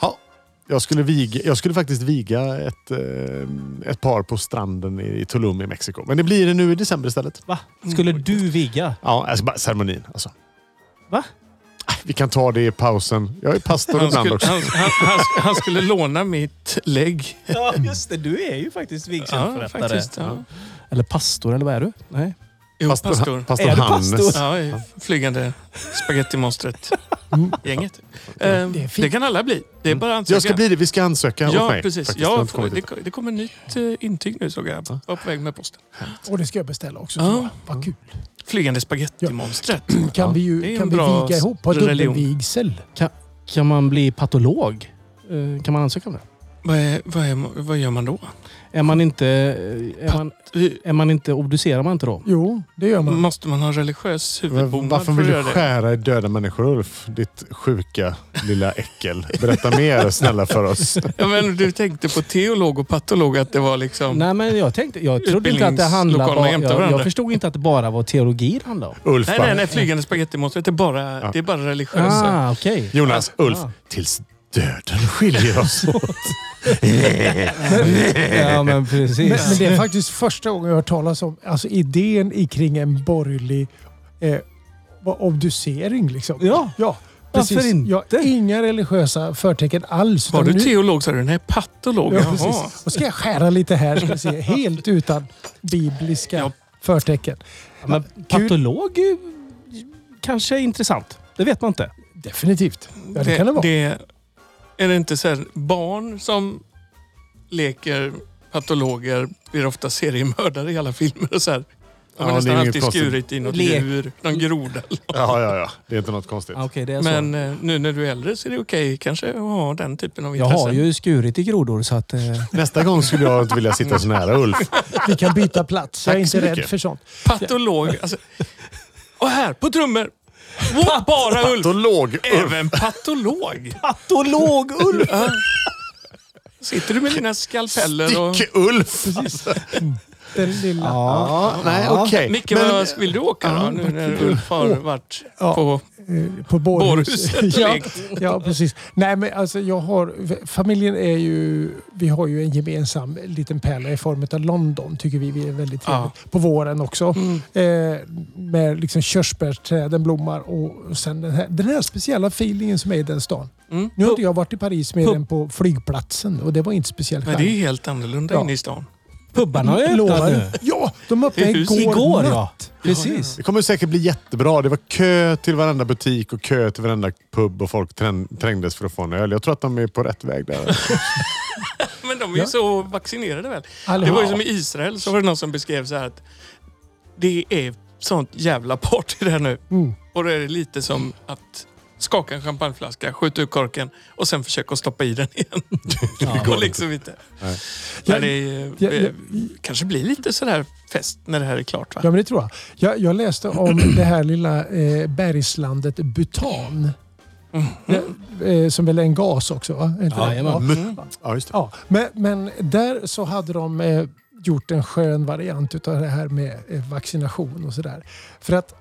Speaker 2: Ja. Jag skulle, viga, jag skulle faktiskt viga ett, eh, ett par på stranden i, i Tulum i Mexiko. Men det blir det nu i december istället.
Speaker 3: Va? Skulle du vigga?
Speaker 2: Ja, alltså bara ceremonin alltså.
Speaker 3: Va?
Speaker 2: Ah, Vi kan ta det i pausen. Jag är pastor
Speaker 1: Han
Speaker 2: ibland
Speaker 1: skulle,
Speaker 2: också.
Speaker 1: han, han, han, han skulle låna mitt lägg.
Speaker 3: Ja, just det. Du är ju faktiskt
Speaker 1: Ja, faktiskt. Ja.
Speaker 3: Eller pastor, eller vad är du? Nej.
Speaker 1: Jo,
Speaker 2: Pastor,
Speaker 1: pastor.
Speaker 2: pastor
Speaker 3: Är du
Speaker 2: Hannes.
Speaker 3: pastor?
Speaker 1: Ja, i flygande spagettimonstret. Gänget.
Speaker 4: Det
Speaker 1: Eh,
Speaker 4: är fint.
Speaker 1: det kan alla bli. Det är bara att ansöka.
Speaker 2: Jag ska bli det. Vi ska ansöka åt
Speaker 1: Ja,
Speaker 2: mig.
Speaker 1: precis.
Speaker 2: faktiskt. Jag har
Speaker 1: Ja,
Speaker 2: inte kommit
Speaker 1: det,
Speaker 2: dit.
Speaker 1: det kommer nytt eh, intyg nu såg jag. Jag var på väg med posten.
Speaker 4: Och det ska jag beställa också.
Speaker 1: Ja.
Speaker 4: tror jag. Vad kul.
Speaker 1: Flygande spagettimonstret.
Speaker 4: Kan vi,
Speaker 1: det är
Speaker 4: ju,
Speaker 1: en
Speaker 4: kan vi
Speaker 1: bra
Speaker 4: viga ihop? Ha
Speaker 1: religion.
Speaker 4: dubbelvigsel?
Speaker 3: Kan, kan man bli patolog? Eh, Kan man ansöka om det?
Speaker 1: Vad, är, vad, är, vad gör man då?
Speaker 3: Är man inte... eh, Är man, är man inte obducerar man inte då?
Speaker 4: Jo, det gör man.
Speaker 1: Måste man ha religiös
Speaker 2: Men
Speaker 1: huvudbonad
Speaker 2: Varför
Speaker 1: för
Speaker 2: vill
Speaker 1: att
Speaker 2: du
Speaker 1: göra det?
Speaker 2: skära i döda människor Ulf? Ditt sjuka lilla äckel. Berätta mer snälla för oss.
Speaker 1: Ja, men du tänkte på teolog och patolog, att det var liksom...
Speaker 3: Nej, men jag tänkte... Jag trodde inte att det handlade
Speaker 1: Utbildningslokalerna
Speaker 3: bara,
Speaker 1: jämte
Speaker 3: jag, jag
Speaker 1: varandra.
Speaker 3: förstod inte att det bara var teologi det handlade om.
Speaker 2: Ulf
Speaker 1: Nej,
Speaker 2: bara,
Speaker 1: nej, nej. Flygande spagettimonstret. Det är bara, det är bara religiösa.
Speaker 3: Ah, okej.
Speaker 2: Jonas, Ulf.
Speaker 3: Ah.
Speaker 2: Tills döden skiljer oss åt.
Speaker 3: Ja, men precis.
Speaker 4: Men, men det är faktiskt första gången jag har hört talas om alltså, idén i kring en borgerlig eh, vad- obducering. Liksom.
Speaker 3: Ja.
Speaker 4: ja
Speaker 3: Varför
Speaker 4: precis.
Speaker 3: inte?
Speaker 4: Ja, inga religiösa förtecken alls.
Speaker 1: Var
Speaker 4: utan
Speaker 1: du
Speaker 4: nu-
Speaker 1: teolog sa du? Nej, patolog.
Speaker 4: Ja,
Speaker 1: Jaha.
Speaker 4: precis. Och ska jag skära lite här, ska vi se. helt utan bibliska
Speaker 1: Ja.
Speaker 4: förtecken.
Speaker 3: Ja, men patolog eh, kanske är intressant. Det vet man inte.
Speaker 4: Definitivt. Ja, det, kan det vara.
Speaker 1: det- är det inte så här, barn som leker patologer blir ofta seriemördare i alla filmer. Och så här. De
Speaker 2: Ja,
Speaker 1: har
Speaker 2: det är
Speaker 1: nästan
Speaker 2: ju
Speaker 1: alltid
Speaker 2: inget konstigt.
Speaker 1: skurit i något
Speaker 3: Lek.
Speaker 1: djur, någon
Speaker 4: Mm.
Speaker 1: groda.
Speaker 2: Ja, ja, ja. Det är inte något konstigt.
Speaker 3: Ah, okay, det är
Speaker 1: Men eh, nu när du är äldre så är det okej kanske att ha den typen av
Speaker 3: jag
Speaker 1: intressen.
Speaker 3: har ju skurit i grodor så att... Eh,
Speaker 2: Nästa gång skulle jag inte vilja sitta så nära Ulf.
Speaker 4: Vi kan byta plats. Jag är
Speaker 2: Tack så
Speaker 4: inte rädd
Speaker 2: mycket.
Speaker 4: för sånt.
Speaker 1: Patolog. Alltså. Och här, på trummor! Wow, bara Ulf!
Speaker 2: Då låg Ulf.
Speaker 1: Även patolog.
Speaker 3: patolog Ulf!
Speaker 1: Ja. Sitter du med dina skalpeller och...
Speaker 2: Dick-Ulf.
Speaker 4: Den lilla.
Speaker 2: Ja, nej, okej.
Speaker 1: Micke,
Speaker 2: Men-
Speaker 1: vad vill du åka då? Nu när Ulf har varit
Speaker 4: Ja.
Speaker 1: på...
Speaker 4: eh, på
Speaker 1: Borrhuset och
Speaker 4: borrhuset. ja,
Speaker 1: lekt.
Speaker 4: ja, precis. Nej, men alltså jag har... Familjen är ju... Vi har ju en gemensam liten pärla i form av London, tycker vi. Vi är väldigt trevligt. På våren också.
Speaker 1: Mm.
Speaker 4: Eh, med liksom körsbärsträden blommar och och sen den här, den här speciella feelingen som är i den stan.
Speaker 1: Mm.
Speaker 4: Nu har inte jag varit i Paris mer
Speaker 3: Pup.
Speaker 4: än på flygplatsen och det var inte speciellt
Speaker 1: Men det är ju helt annorlunda
Speaker 4: Ja.
Speaker 1: inne i stan.
Speaker 3: Pubbarna har ju öppnat nu.
Speaker 4: Ja, de öppnade
Speaker 1: Det är
Speaker 4: igår.
Speaker 1: huset.
Speaker 3: Igår
Speaker 4: natt.
Speaker 3: ja. Precis.
Speaker 2: Det kommer säkert bli jättebra. Det var kö till varenda butik och kö till varenda pub och folk trän- trängdes för att få en öl. Jag tror att de är på rätt väg där.
Speaker 1: Men de är ju
Speaker 4: Ja.
Speaker 1: så vaccinerade väl?
Speaker 4: Allihopa.
Speaker 1: Det var ju som i Israel, så var det någon som beskrev så här att det är sånt jävla party där nu.
Speaker 4: Mm.
Speaker 1: Och då är det lite som att skaka en champagneflaska, skjuta ur korken och sen försöka stoppa i den igen. Det går liksom inte.
Speaker 2: Nej.
Speaker 1: Men det är, eh,
Speaker 4: Ja, ja,
Speaker 1: kanske blir lite sådär fest när det här är klart va?
Speaker 4: Ja, men det tror jag. Jag, jag läste om det här lilla eh, bergslandet Bhutan.
Speaker 1: Mm.
Speaker 4: Det, eh, som väl är en gas också? Va? Är inte det?
Speaker 3: Jajamän.
Speaker 2: Mm. Ja, just det.
Speaker 4: Ja, men, men där så hade de eh, gjort en skön variant av det här med eh, vaccination och sådär. För att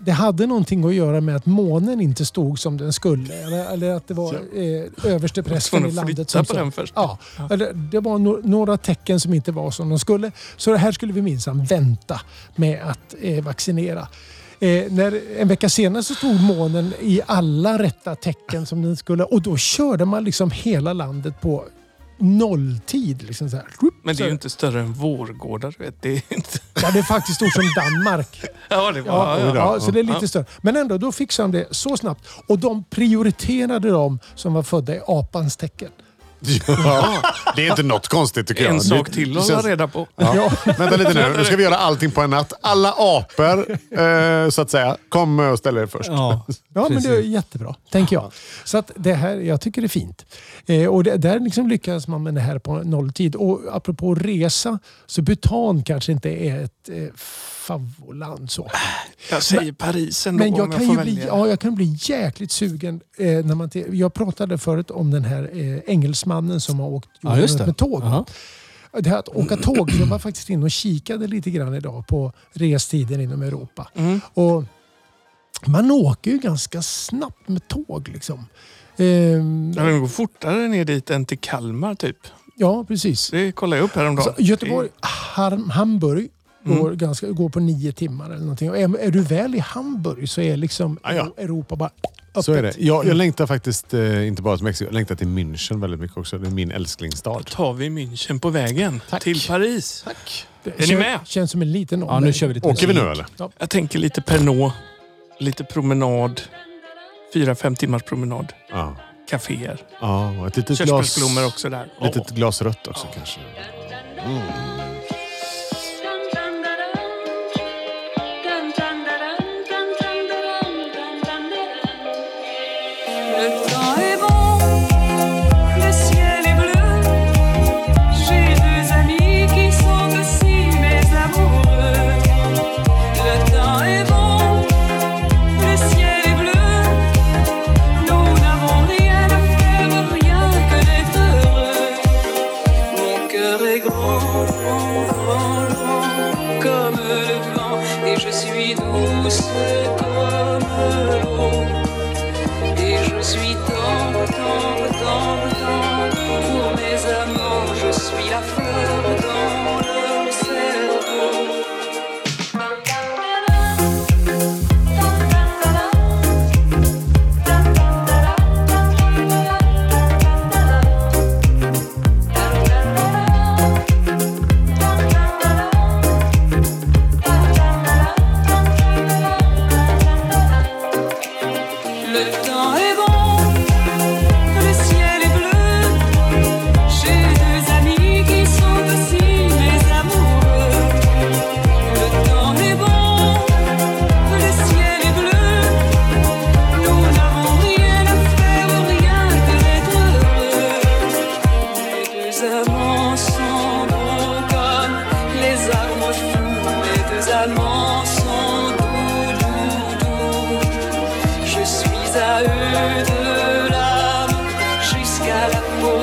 Speaker 4: det hade någonting att göra med att månen inte stod som den skulle. Eller, eller att det var eh, översteprästen i
Speaker 1: Tvungen att
Speaker 4: landet
Speaker 1: flytta
Speaker 4: som
Speaker 1: på
Speaker 4: sa-
Speaker 1: den först.
Speaker 4: Ja, eller det var no- några tecken som inte var som de skulle. Så det här skulle vi minsann vänta med att eh, vaccinera. Eh, när, en vecka senare så stod månen i alla rätta tecken som den skulle och då körde man liksom hela landet på nolltid. Liksom så här.
Speaker 1: Men det är ju
Speaker 4: Så-
Speaker 1: inte större än Vårgårda, du vet. Det är inte...
Speaker 4: Ja, det är faktiskt stort som Danmark.
Speaker 1: Ja, det
Speaker 4: Ja,
Speaker 1: var...
Speaker 4: ja,
Speaker 1: Ja,
Speaker 4: så det är lite större. Men ändå, då fixade de det så snabbt. Och de prioriterade de som var födda i apans tecken.
Speaker 2: Ja, det är inte något konstigt tycker jag.
Speaker 1: En
Speaker 2: Det-
Speaker 1: sak till
Speaker 2: det
Speaker 1: att
Speaker 2: känns-
Speaker 1: hålla reda på.
Speaker 2: Ja. Vänta lite nu. Nu ska vi göra allting på en natt. Alla apor, eh, så att säga. Kom och ställ er först.
Speaker 3: Ja,
Speaker 4: Ja, men det är
Speaker 3: precis.
Speaker 4: jättebra, tänker jag. Så att det här, jag tycker det är fint. Eh, och det, där liksom lyckas man med det här på nolltid. Och apropå resa, så Bhutan kanske inte är ett eh, favoritland så.
Speaker 1: Jag säger Paris ändå
Speaker 4: Men jag
Speaker 1: om jag
Speaker 4: kan
Speaker 1: får
Speaker 4: ju
Speaker 1: välja.
Speaker 4: bli, ja, jag kan bli jäkligt sugen. Eh, när man te- jag pratade förut om den här eh, engelsmannen som har åkt
Speaker 3: Ja, just
Speaker 4: jorden
Speaker 3: det.
Speaker 4: med tåg.
Speaker 3: Aha.
Speaker 4: Det här att åka tåg, jag var faktiskt inne och kikade lite grann idag på restiden inom Europa. Och man åker ju ganska snabbt med tåg. Liksom. Ehm,
Speaker 1: Ja, Den går fortare ner dit än till Kalmar typ.
Speaker 4: ja, precis.
Speaker 1: Det kollade jag upp häromdagen.
Speaker 4: Så Alltså, Göteborg, Ham- Hamburg går, ganska, går på nio timmar eller någonting. Och är, är du väl i Hamburg så är liksom
Speaker 2: Ja, ja.
Speaker 4: Europa bara öppet.
Speaker 2: Så är det. Jag, jag längtar faktiskt, eh, inte bara till Mexiko, jag längtar till München väldigt mycket också. Det är min älsklingsstad.
Speaker 1: tar vi München på vägen till Paris.
Speaker 4: Det
Speaker 1: ni
Speaker 4: kän-
Speaker 1: med?
Speaker 4: Känns som en liten
Speaker 3: Ja, nu
Speaker 4: omväg.
Speaker 3: kör vi lite
Speaker 2: Åker vi
Speaker 3: musik.
Speaker 2: nu eller?
Speaker 1: Jag tänker lite Pernod, lite promenad, fyra, fem timmars promenad,
Speaker 2: Ja.
Speaker 1: kaféer,
Speaker 2: ja och ett litet glas,
Speaker 1: körsbärsblommor också där.
Speaker 2: litet glas rött också kanske.
Speaker 8: Le temps est bon, le ciel est bleu. J'ai deux amis qui sont aussi mes amoureux. Le temps est bon, le ciel est bleu. Nous n'avons rien à faire, rien que d'être heureux. Mon cœur est grand, grand, grand, grand comme le vent, et je suis douce comme l'eau. Et je suis tendre, tendre, tendre, tendre pour mes amants. Je suis la fleur dans le cerveau. Le temps est bon, le ciel est bleu. J'ai deux amis qui sont aussi mes amoureux. Le temps est bon, le ciel est bleu. Nous n'avons rien à faire, rien que d'être heureux. Les deux amants sont bons comme les arbres fous. Les deux amants sont doux, doux, doux. Je suis à eux de l'âme jusqu'à la peau.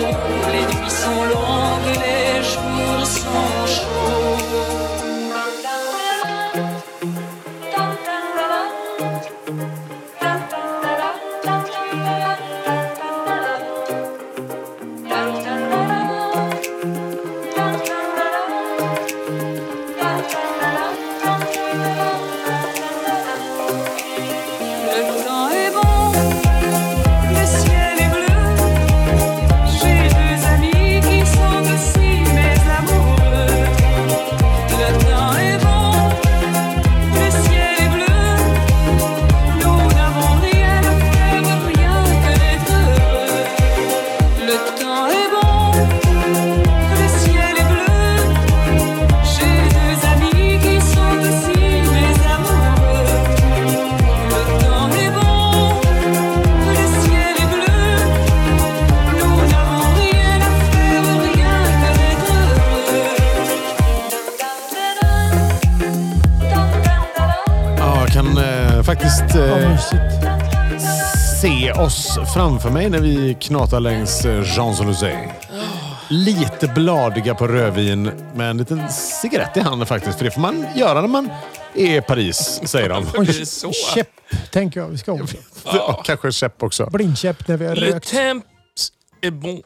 Speaker 8: Les nuits sont longues, les jours sont chauds. Le temps est bon, le ciel est bleu. J'ai deux amis qui sont aussi mes amoureux. Le temps est bon, le ciel est bleu. Nous n'avons rien à faire, rien que d'être heureux. Le temps est bon, le ciel est bleu. J'ai deux amis qui sont aussi mes amoureux. Le temps est bon, le ciel est bleu. Nous n'avons rien à faire, rien que d'être heureux.
Speaker 2: Ja, jag kan eh, faktiskt
Speaker 4: Ja,
Speaker 2: eh,
Speaker 4: mysigt.
Speaker 2: se oss framför mig när vi knatar längs eh, Champs-Élysées. Lite bladiga på rödvin med en liten cigarett i handen faktiskt. För det får man göra när man är i Paris, säger de.
Speaker 1: Och det är så.
Speaker 4: Käpp tänker jag vi ska åka.
Speaker 2: Ja, Kanske en käpp också.
Speaker 4: Blindkäpp när vi har
Speaker 1: Le
Speaker 4: rökt.
Speaker 1: temps est bon.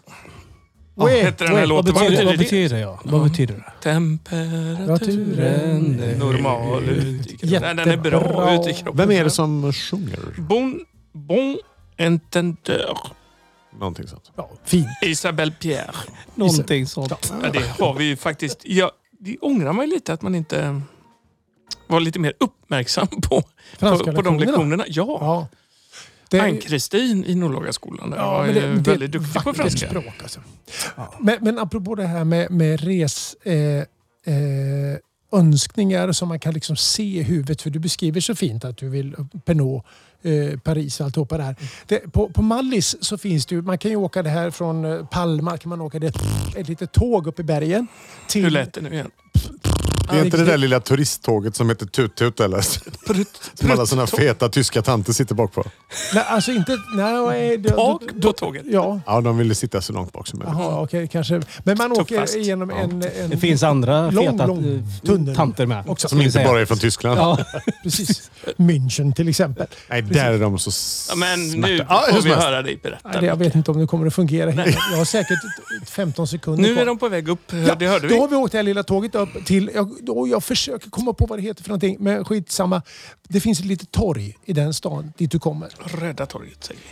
Speaker 4: Ouais,
Speaker 1: heter den här
Speaker 4: ouais.
Speaker 3: Vad
Speaker 1: låten.
Speaker 3: betyder, vad
Speaker 1: Vad betyder det?
Speaker 3: betyder det? Ja. Vad betyder det?
Speaker 1: Temperaturen är normal ut i kroppen. Nej, Den är bra
Speaker 4: Jättebra.
Speaker 1: ut i kroppen.
Speaker 2: Vem är det som sjunger?
Speaker 1: Bon, bon intendeur.
Speaker 2: Någonting sånt.
Speaker 4: Ja, fint.
Speaker 1: Isabelle Pierre.
Speaker 3: Någonting sånt.
Speaker 1: Ja, det har vi ju faktiskt. Jag, det ångrar mig lite att man inte var lite mer uppmärksam på, på,
Speaker 4: Franska
Speaker 1: på de
Speaker 4: lektionerna.
Speaker 1: lektionerna. Ja,
Speaker 4: Ja. Det-
Speaker 1: Ann-Kristin i Norrlagaskolan där var
Speaker 4: men
Speaker 1: ju väldigt duktig på
Speaker 4: vackert
Speaker 1: franska.
Speaker 4: Språk, alltså. men, men apropå det här med, med res... Eh, eh, önskningar som man kan liksom se i huvudet. För du beskriver så fint att du vill Pernod, eh, Paris och alltihopa
Speaker 1: Mm.
Speaker 4: det här. Det, på, på Mallis så finns det ju, man kan ju åka det här från eh, Palma, kan man åka det ett litet tåg upp i bergen. Till,
Speaker 1: Hur lät det nu igen?
Speaker 2: Det är inte det där lilla turisttåget som heter Tut-Tut eller?
Speaker 1: Prutt,
Speaker 2: Som alla såna
Speaker 1: prutt-
Speaker 2: feta tyska tanter sitter bak på.
Speaker 4: Nej, alltså inte... Nej, det-
Speaker 1: Bak på tåget.
Speaker 4: Ja.
Speaker 2: Ja, de ville sitta så långt bak som möjligt.
Speaker 4: Jaha, okej, kanske. Men man
Speaker 1: Tog
Speaker 4: åker
Speaker 1: fast.
Speaker 4: genom en... en
Speaker 3: Det finns andra
Speaker 4: Lång,
Speaker 3: feta
Speaker 4: lång
Speaker 3: eh,
Speaker 4: tunnel.
Speaker 3: tanter med.
Speaker 4: Också.
Speaker 3: ska
Speaker 2: Som
Speaker 3: vi
Speaker 2: inte
Speaker 3: säga.
Speaker 2: bara är från Tyskland.
Speaker 3: Ja.
Speaker 4: Precis. München till exempel.
Speaker 2: Nej, där är de så
Speaker 1: Ja, men nu
Speaker 2: snärta. Ja, hur
Speaker 1: får
Speaker 2: som
Speaker 1: vi
Speaker 2: helst.
Speaker 1: höra dig
Speaker 4: Ja,
Speaker 1: berätta.
Speaker 4: det- Jag vet inte om det kommer att fungera. Jag har säkert 15 sekunder
Speaker 1: Nu
Speaker 4: kvar.
Speaker 1: är de på väg upp,
Speaker 4: Ja,
Speaker 1: det hörde
Speaker 4: Då
Speaker 1: vi.
Speaker 4: har vi åkt det här lilla tåget upp till... Jag, då jag försöker komma på vad det heter för någonting, men skitsamma. Det finns ett litet torg i den stan dit du kommer.
Speaker 1: Röda torget säger vi.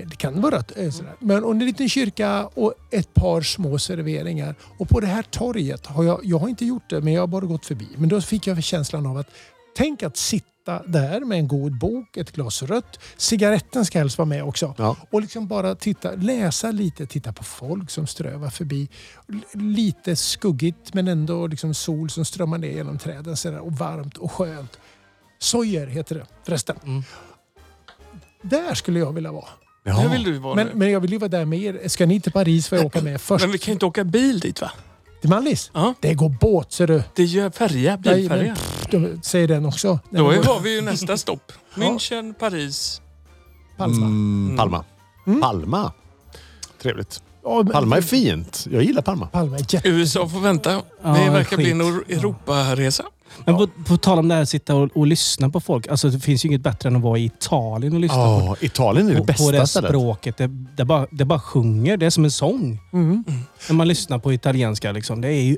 Speaker 4: Eh, det kan vara rött. Eh, sådär. Men och en liten kyrka och ett par små serveringar. Och på det här torget har jag, jag har inte gjort det, men jag har bara gått förbi. Men då fick jag känslan av att tänk att sitta där med en god bok, ett glas rött. Cigaretten ska helst vara med också.
Speaker 2: Ja.
Speaker 4: Och liksom bara titta, läsa lite, titta på folk som strövar förbi. L- lite skuggigt men ändå liksom sol som strömmar ner genom träden sådär, och varmt och skönt. Sojer heter det förresten. Där skulle jag vilja vara.
Speaker 1: Där
Speaker 2: Ja.
Speaker 1: vill du vara
Speaker 4: Men,
Speaker 1: nu.
Speaker 4: men jag vill ju vara där med er. Ska ni till Paris får jag åka med först.
Speaker 1: Men vi kan inte åka bil dit va?
Speaker 4: Till Mallis?
Speaker 1: Ja.
Speaker 4: Det går båt ser du.
Speaker 1: Det gör färja,
Speaker 4: Nej, men,
Speaker 1: bilfärja.
Speaker 4: pff, de säger den också. Den
Speaker 1: Då
Speaker 4: går-
Speaker 1: har vi ju nästa stopp. München, Paris.
Speaker 4: Palma.
Speaker 2: Mm, Palma. Palma. Trevligt.
Speaker 4: Ja, men-
Speaker 2: Palma är fint. Jag gillar Palma.
Speaker 4: Palma är jätte...
Speaker 1: USA får vänta. Det
Speaker 3: Ja,
Speaker 1: verkar bli en
Speaker 3: skit.
Speaker 1: Or- Europaresa.
Speaker 3: Men på, på tal om det här att sitta och, och lyssna på folk. Alltså, det finns ju inget bättre än att vara i Italien och lyssna på
Speaker 2: Ja, Ah, Italien är det
Speaker 3: på, på
Speaker 2: bästa
Speaker 3: det
Speaker 2: stället.
Speaker 3: språket. Det, det, bara, det bara sjunger. Det är som en sång.
Speaker 4: Mm.
Speaker 3: När man lyssnar på italienska. Liksom. Det är ju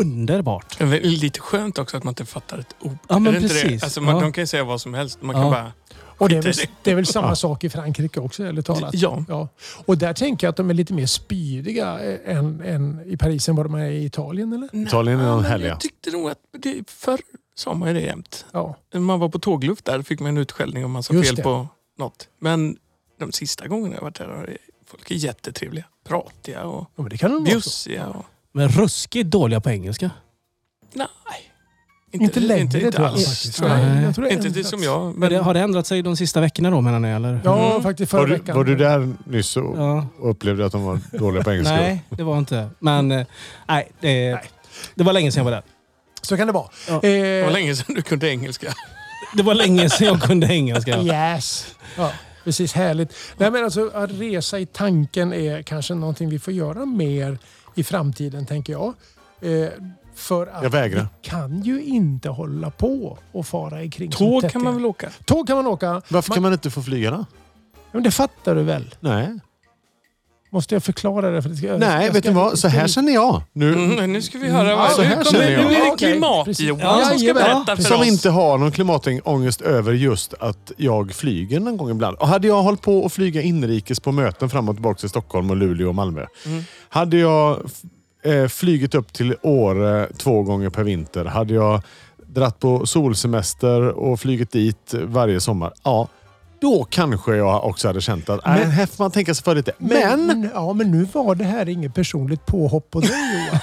Speaker 3: underbart.
Speaker 1: Det är lite skönt också att man inte fattar ett ord.
Speaker 3: Ja, men
Speaker 1: Är det inte det?
Speaker 3: precis.
Speaker 1: Alltså, man,
Speaker 3: Ja.
Speaker 1: De kan ju säga vad som helst. Man kan
Speaker 3: Ja.
Speaker 1: bara...
Speaker 4: Och det är väl,
Speaker 1: Skit i det.
Speaker 4: det är väl samma sak i Frankrike också, eller talat.
Speaker 1: Ja.
Speaker 4: ja. Och där tänker jag att de är lite mer spydiga eh, än, än i Paris än vad de är i Italien, eller?
Speaker 2: Italien är
Speaker 1: Ja,
Speaker 2: de
Speaker 1: men
Speaker 2: härliga.
Speaker 1: Jag tyckte nog att det, förr sa man ju det jämt.
Speaker 4: Ja.
Speaker 1: När man var på tågluft där fick man en utskällning om man sa
Speaker 4: Just
Speaker 1: fel
Speaker 4: det.
Speaker 1: på något. Men de sista gångerna jag varit där har folk är jättetrevliga. Pratiga och
Speaker 4: ja men det kan de vara. också.
Speaker 1: bjussiga. Och,
Speaker 3: Men ruskigt dåliga på engelska.
Speaker 1: nej.
Speaker 4: Inte längre
Speaker 1: inte, inte
Speaker 4: tror jag
Speaker 1: alls.
Speaker 4: faktiskt.
Speaker 1: Tror jag.
Speaker 4: Nej, jag tror det
Speaker 1: Inte det
Speaker 4: ändrats.
Speaker 1: som jag.
Speaker 3: Men
Speaker 1: Men
Speaker 3: det, har det ändrat sig de sista veckorna då menar ni? Eller?
Speaker 4: Ja,
Speaker 1: Mm.
Speaker 4: faktiskt förra
Speaker 2: Var du,
Speaker 4: veckan.
Speaker 2: var du där nyss och
Speaker 3: Ja.
Speaker 2: och upplevde att de var dåliga på engelska?
Speaker 3: Nej, det var inte. Men eh, nej, det, det var länge sedan jag var där.
Speaker 4: Så kan det vara.
Speaker 3: Ja.
Speaker 1: det var
Speaker 4: Eh,
Speaker 1: länge sedan du kunde engelska.
Speaker 3: Det var länge sedan jag kunde engelska.
Speaker 4: Yes. Ja, precis, härligt. Nej, men alltså, att resa i tanken är kanske någonting vi får göra mer i framtiden, tänker jag. Eh, för att
Speaker 2: Jag vägrar.
Speaker 4: vi kan ju inte hålla på och fara i kring som
Speaker 1: Tåg kan
Speaker 4: tättingar.
Speaker 1: man väl åka?
Speaker 4: Tåg kan man åka.
Speaker 2: Varför
Speaker 4: Man-
Speaker 2: kan man inte få flyga då?
Speaker 4: Men det fattar du väl?
Speaker 2: Nej,
Speaker 4: Måste jag förklara det? För det ska, jag
Speaker 2: Nej
Speaker 4: ska-
Speaker 2: vet du vad? Så här känner jag. Nu,
Speaker 1: Mm, men nu ska vi höra. vad-
Speaker 2: så
Speaker 1: nu,
Speaker 2: här
Speaker 1: kommer,
Speaker 2: känner jag.
Speaker 1: nu är
Speaker 4: Ja,
Speaker 1: det
Speaker 4: okej, precis.
Speaker 1: klimatjohan
Speaker 4: Ja,
Speaker 1: som ska
Speaker 4: jajamän.
Speaker 1: berätta för
Speaker 2: Som
Speaker 1: oss.
Speaker 2: inte har någon klimatångest över just att jag flyger någon gång ibland. Och hade jag hållit på att flyga inrikes på möten fram och tillbaka till Stockholm och Luleå och Malmö.
Speaker 1: Mm.
Speaker 2: Hade jag f- eh, flygit upp till Åre två gånger per vinter. Hade jag dratt på solsemester och flygit dit varje sommar. Ja, då kanske jag också hade känt att men, här får man tänka sig för lite. Men,
Speaker 4: Men, ja, men nu var det här inget personligt påhopp på dig Johan.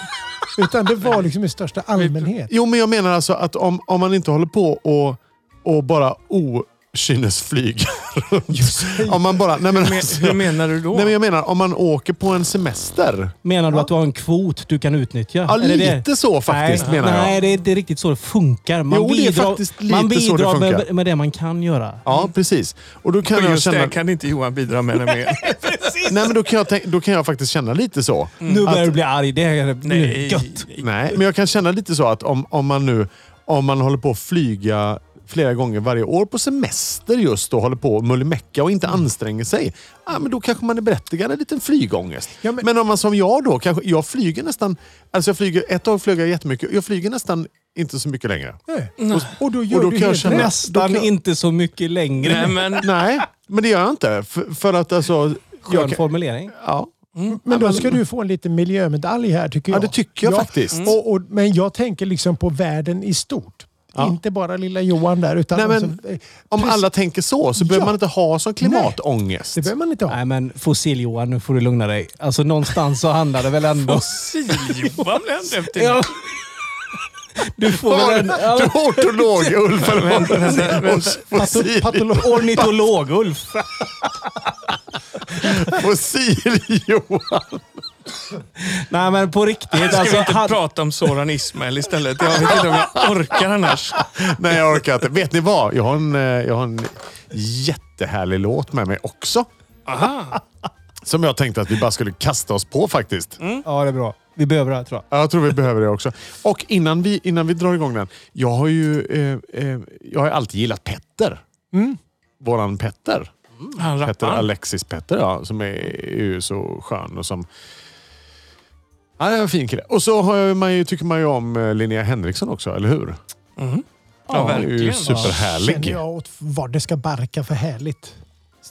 Speaker 4: Utan det var liksom i största allmänhet.
Speaker 2: Jo, men jag menar alltså att om, om man inte håller på och, och bara okynnesflyger runt. om man bara... Nej men, alltså,
Speaker 1: Men, hur menar du då?
Speaker 2: nej, men jag menar om man åker på en semester.
Speaker 3: Menar du att du har en kvot du kan utnyttja?
Speaker 2: Ja,
Speaker 3: Är det det?
Speaker 2: lite så faktiskt
Speaker 3: nej,
Speaker 2: menar jag.
Speaker 3: Nej, det är inte riktigt så det funkar. Man
Speaker 2: Jo, det är
Speaker 3: bidrar,
Speaker 2: faktiskt lite
Speaker 3: man
Speaker 2: så det
Speaker 3: bidrar
Speaker 2: funkar. Mm.
Speaker 3: Med, med det man kan göra.
Speaker 2: Ja, precis. Och då kan
Speaker 1: Och
Speaker 2: jag
Speaker 1: just
Speaker 2: känna...
Speaker 1: det kan inte Johan bidra med. när vi-
Speaker 2: Nej, men då kan jag, tänk- då kan jag faktiskt känna lite så.
Speaker 3: Nu börjar du bli arg. Det är nu är det
Speaker 1: Nej.
Speaker 3: gött.
Speaker 2: Nej, men jag kan känna lite så att om, om man nu om man håller på att flyga flera gånger varje år på semester just och håller på och mullimecka och inte
Speaker 4: Mm.
Speaker 2: anstränger sig. Ja, men då kanske man är berättigad en liten flygångest.
Speaker 4: Ja, men-
Speaker 2: men... om man som jag då, kanske, jag flyger nästan... Alltså jag flyger, ett tag flög jag jättemycket. Jag flyger nästan inte så mycket längre.
Speaker 4: Nej. Eh, Och, och då gör
Speaker 2: Och då
Speaker 4: du
Speaker 2: kan jag
Speaker 4: helt
Speaker 2: känna-
Speaker 4: rätt.
Speaker 3: Nästan inte så mycket längre.
Speaker 1: Nej, men
Speaker 2: Nej, men det gör jag inte. För, för att alltså...
Speaker 3: Skön
Speaker 2: Jag kan,
Speaker 3: formulering.
Speaker 2: ja.
Speaker 4: Men då ska du få en liten miljömedalj här tycker
Speaker 2: Ja,
Speaker 4: jag. Mm.
Speaker 2: det tycker jag faktiskt.
Speaker 4: Och, och, men jag tänker liksom på världen i stort.
Speaker 2: Ja.
Speaker 4: Inte bara lilla Johan där. Utan
Speaker 2: Nej, men-
Speaker 4: alltså, eh,
Speaker 2: Om
Speaker 4: precis.
Speaker 2: alla tänker så, så behöver
Speaker 4: Ja.
Speaker 2: man inte ha sån klimatångest.
Speaker 4: det behöver man inte ha.
Speaker 3: Nej men fossil-Johan, nu får du lugna dig. Alltså någonstans så handlar det väl ändå...
Speaker 1: Fossil-Johan blev han döpt till.
Speaker 3: Ja. Du får
Speaker 2: Var
Speaker 3: väl...
Speaker 2: det-
Speaker 3: Ja,
Speaker 2: Du är ortolog, Ulf. eller vad? Hos fossil-
Speaker 3: patolo- Ornitolog Ulf.
Speaker 2: Fossil-Johan.
Speaker 3: Nej men på riktigt.
Speaker 1: Ska
Speaker 3: Alltså,
Speaker 1: vi inte
Speaker 3: han-
Speaker 1: prata om Soran Ismail istället? Jag vet inte om jag orkar annars.
Speaker 2: Nej, jag orkar inte. Vet ni vad? Jag har en, eh, jag har en jättehärlig låt med mig också.
Speaker 1: Aha.
Speaker 2: Som jag tänkte att vi bara skulle kasta oss på faktiskt.
Speaker 3: Ja det är bra. Vi behöver det här tror jag.
Speaker 2: Ja, jag tror vi behöver det också. Och innan vi, innan vi drar igång den. Jag har ju eh, eh, jag har ju alltid gillat Petter. Våran Petter.
Speaker 1: Han
Speaker 2: Petter
Speaker 1: rappar.
Speaker 2: Alexis Petter, ja, som är, är ju så skön och som... Han är en fin kille. Och så har jag- man ju, tycker man ju om eh, Linnea Henriksson också, eller hur?
Speaker 1: Ja,
Speaker 2: Hon är ju
Speaker 1: verkligen.
Speaker 2: superhärlig.
Speaker 4: Känner jag åt vad det ska barka för härligt.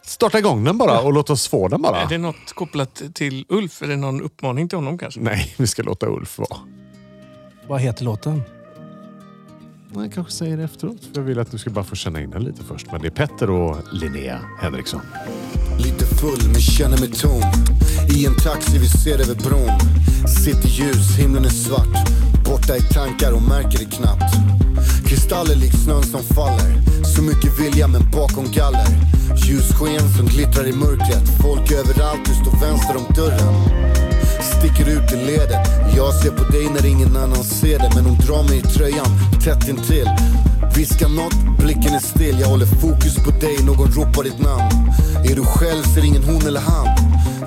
Speaker 2: Starta igång den bara och låt oss få den bara.
Speaker 1: Är det något kopplat till Ulf? Är det någon uppmaning till honom kanske?
Speaker 2: Nej, vi ska låta Ulf vara.
Speaker 3: Vad heter låten?
Speaker 2: Nej, jag kanske säger det efteråt. För jag vill att du ska bara få känna in den lite först. Men det är Petter och Linnea Henriksson.
Speaker 9: Lite full men känner mig tom I en taxi vi ser över bron Sitter ljus, himlen är svart Borta i tankar och märker det knappt Kristaller likt snön som faller Så mycket vilja men bakom galler Ljussken som glittrar i mörkret Folk överallt, du står vänster om dörren Sticker ut i ledet Jag ser på dig när ingen annan ser det Men hon drar mig i tröjan tätt intill Viskar något, blicken är still Jag håller fokus på dig, någon ropar ditt namn Är du själv ser ingen hon eller han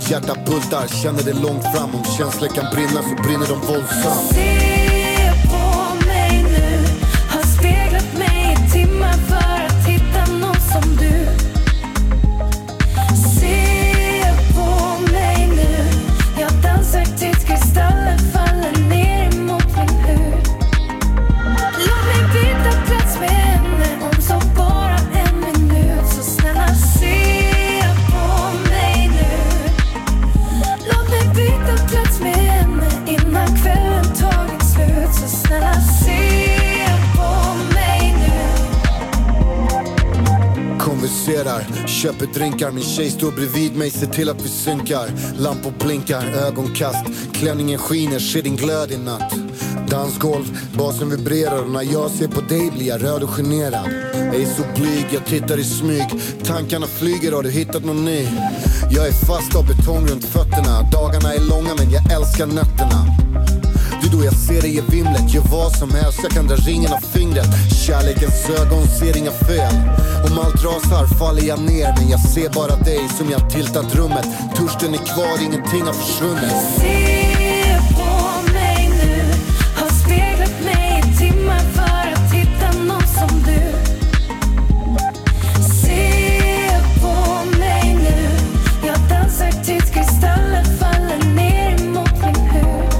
Speaker 9: Hjärta bultar, känner det långt fram Om känslor kan brinna så brinner de våldsamt
Speaker 10: Se på mig nu Har speglat mig i timmar för att hitta någon som du Se på mig nu Jag dansar tills kristaller faller ner emot min hud Låt mig byta plats med henne om så bara en minut Så snälla se på mig nu Låt mig byta plats med henne innan kvällen tagit slut Så snälla se på mig nu
Speaker 9: Konverserar, köper drinkar, min tjej står bredvid mig, ser till att vi synkar. Lampor blinkar, ögonkast, klänningen skiner, ser din glöd i natt. Dansgolv, basen vibrerar och när jag ser på dig blir jag röd och generad. Ej så blyg, jag tittar i smyg. Tankarna flyger, har du hittat någon ny? Jag är fast av betong runt fötterna. Dagarna är långa men jag älskar nätterna. Det är då jag ser dig i vimlet Gör vad som helst, jag kan dra ringen av fingret Kärlekens ögon ser inga fel Om allt rasar faller jag ner Men jag ser bara dig som jag tiltat rummet Törsten är kvar, ingenting har försvunnit
Speaker 10: Se på mig nu Har speglat mig i timmar för att hitta någon som du Se på mig nu Jag dansar tills kristaller faller ner emot min hud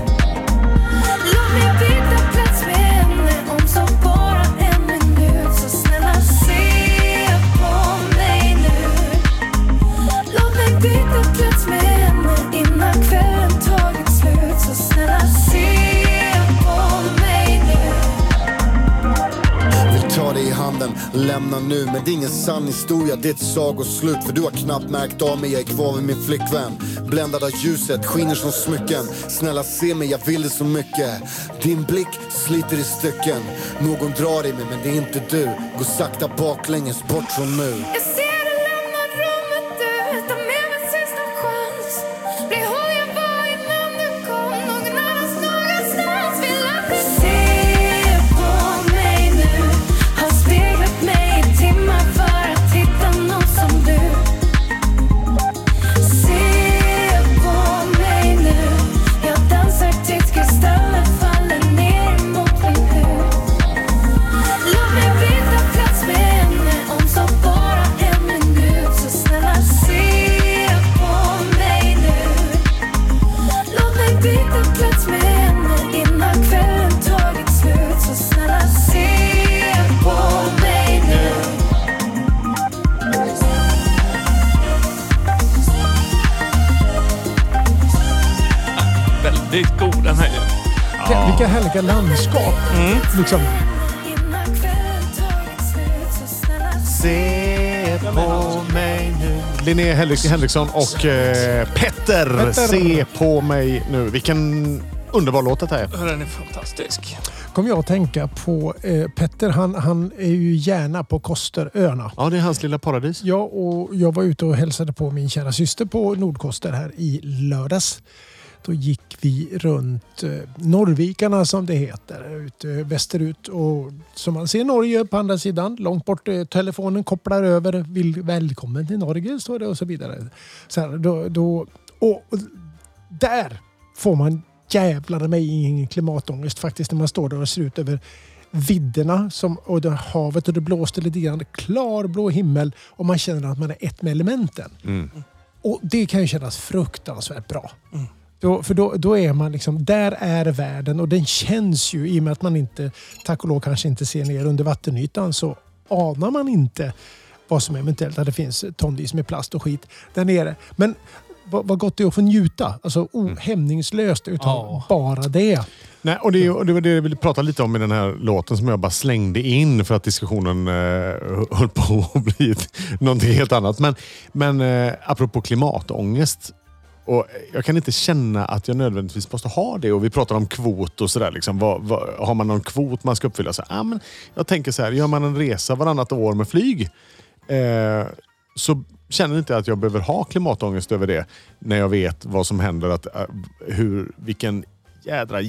Speaker 10: Låt mig byta plats med henne om så bara en minut Så snälla se på mig nu Låt mig byta plats med henne innan kvällen tagit slut Så snälla se på mig nu
Speaker 9: Vill ta dig i handen, lämna nu Men det är ingen sann historia, det är ett sagoslut För du har knappt märkt av mig, jag är kvar vid min flickvän Bländad av ljuset, skiner som smycken Snälla se mig, jag vill det så mycket Din blick sliter i stycken Någon drar i mig, men det är inte du Gå sakta baklänges, bort från nu
Speaker 10: Jag ser du lämnar rummet du Ta med min sista chans Bli hon jag var innan du kom Någon annans någonstans Vill att du ser på mig nu Har speglat mig i timmar för att hitta någon som du Se på mig nu Jag dansar tills kristaller faller ner mot min hud Låt mig byta plats med henne om så bara en minut Så snälla se på mig nu Låt mig byta plats med henne innan kvällen tagit slut Så snälla se på mig nu
Speaker 1: Väldigt god den här.
Speaker 4: Vilka härliga landskap. Liksom.
Speaker 10: innan kvällen
Speaker 2: Se på mig nu. Linné Henrik- Henriksson och eh, Petter. Se på mig nu. Vilken underbar låt det här är.
Speaker 1: Den är fantastisk.
Speaker 4: Kom jag att tänka på eh, Petter, han, han är ju gärna på Kosteröarna.
Speaker 2: Ja, det är hans lilla paradis.
Speaker 4: Ja, och jag var ute och hälsade på min kära syster på Nordkoster här i lördags. Då gick vi runt eh, Norrvikarna som det heter, ut, eh, västerut. Och som man ser Norge på andra sidan, långt bort. Eh, telefonen kopplar över. Vill, välkommen till Norge, står det och så vidare. Så här, då, då, och, och där får man jävlar mig ingen klimatångest faktiskt när man står där och ser ut över vidderna som, och det havet och det blåste lite grann. Klarblå himmel och man känner att man är ett med elementen. Och det kan ju kännas fruktansvärt bra. Då, för då, då är man liksom, där är världen och den känns ju i och med att man inte, tack och lov kanske inte ser ner under vattenytan så anar man inte vad som eventuellt, att det finns tonvis med plast och skit där nere. Men vad, vad gott det är att få njuta, alltså oh, hämningslöst utan
Speaker 3: Ja.
Speaker 4: bara det.
Speaker 2: Nej, och det, är ju- och det var det jag ville prata lite om i den här låten som jag bara slängde in för att diskussionen eh, höll på att bli ett- någonting helt annat. Men, men eh, apropå klimatångest. Och jag kan inte känna att jag nödvändigtvis måste ha det. Och Vi pratar om kvot och sådär. Liksom. Vad, vad, har man någon kvot man ska uppfylla? Så, ah, men jag tänker så här, gör man en resa varannat år med flyg eh, så känner inte att jag behöver ha klimatångest över det när jag vet vad som händer. Att, eh, hur, vilken jädra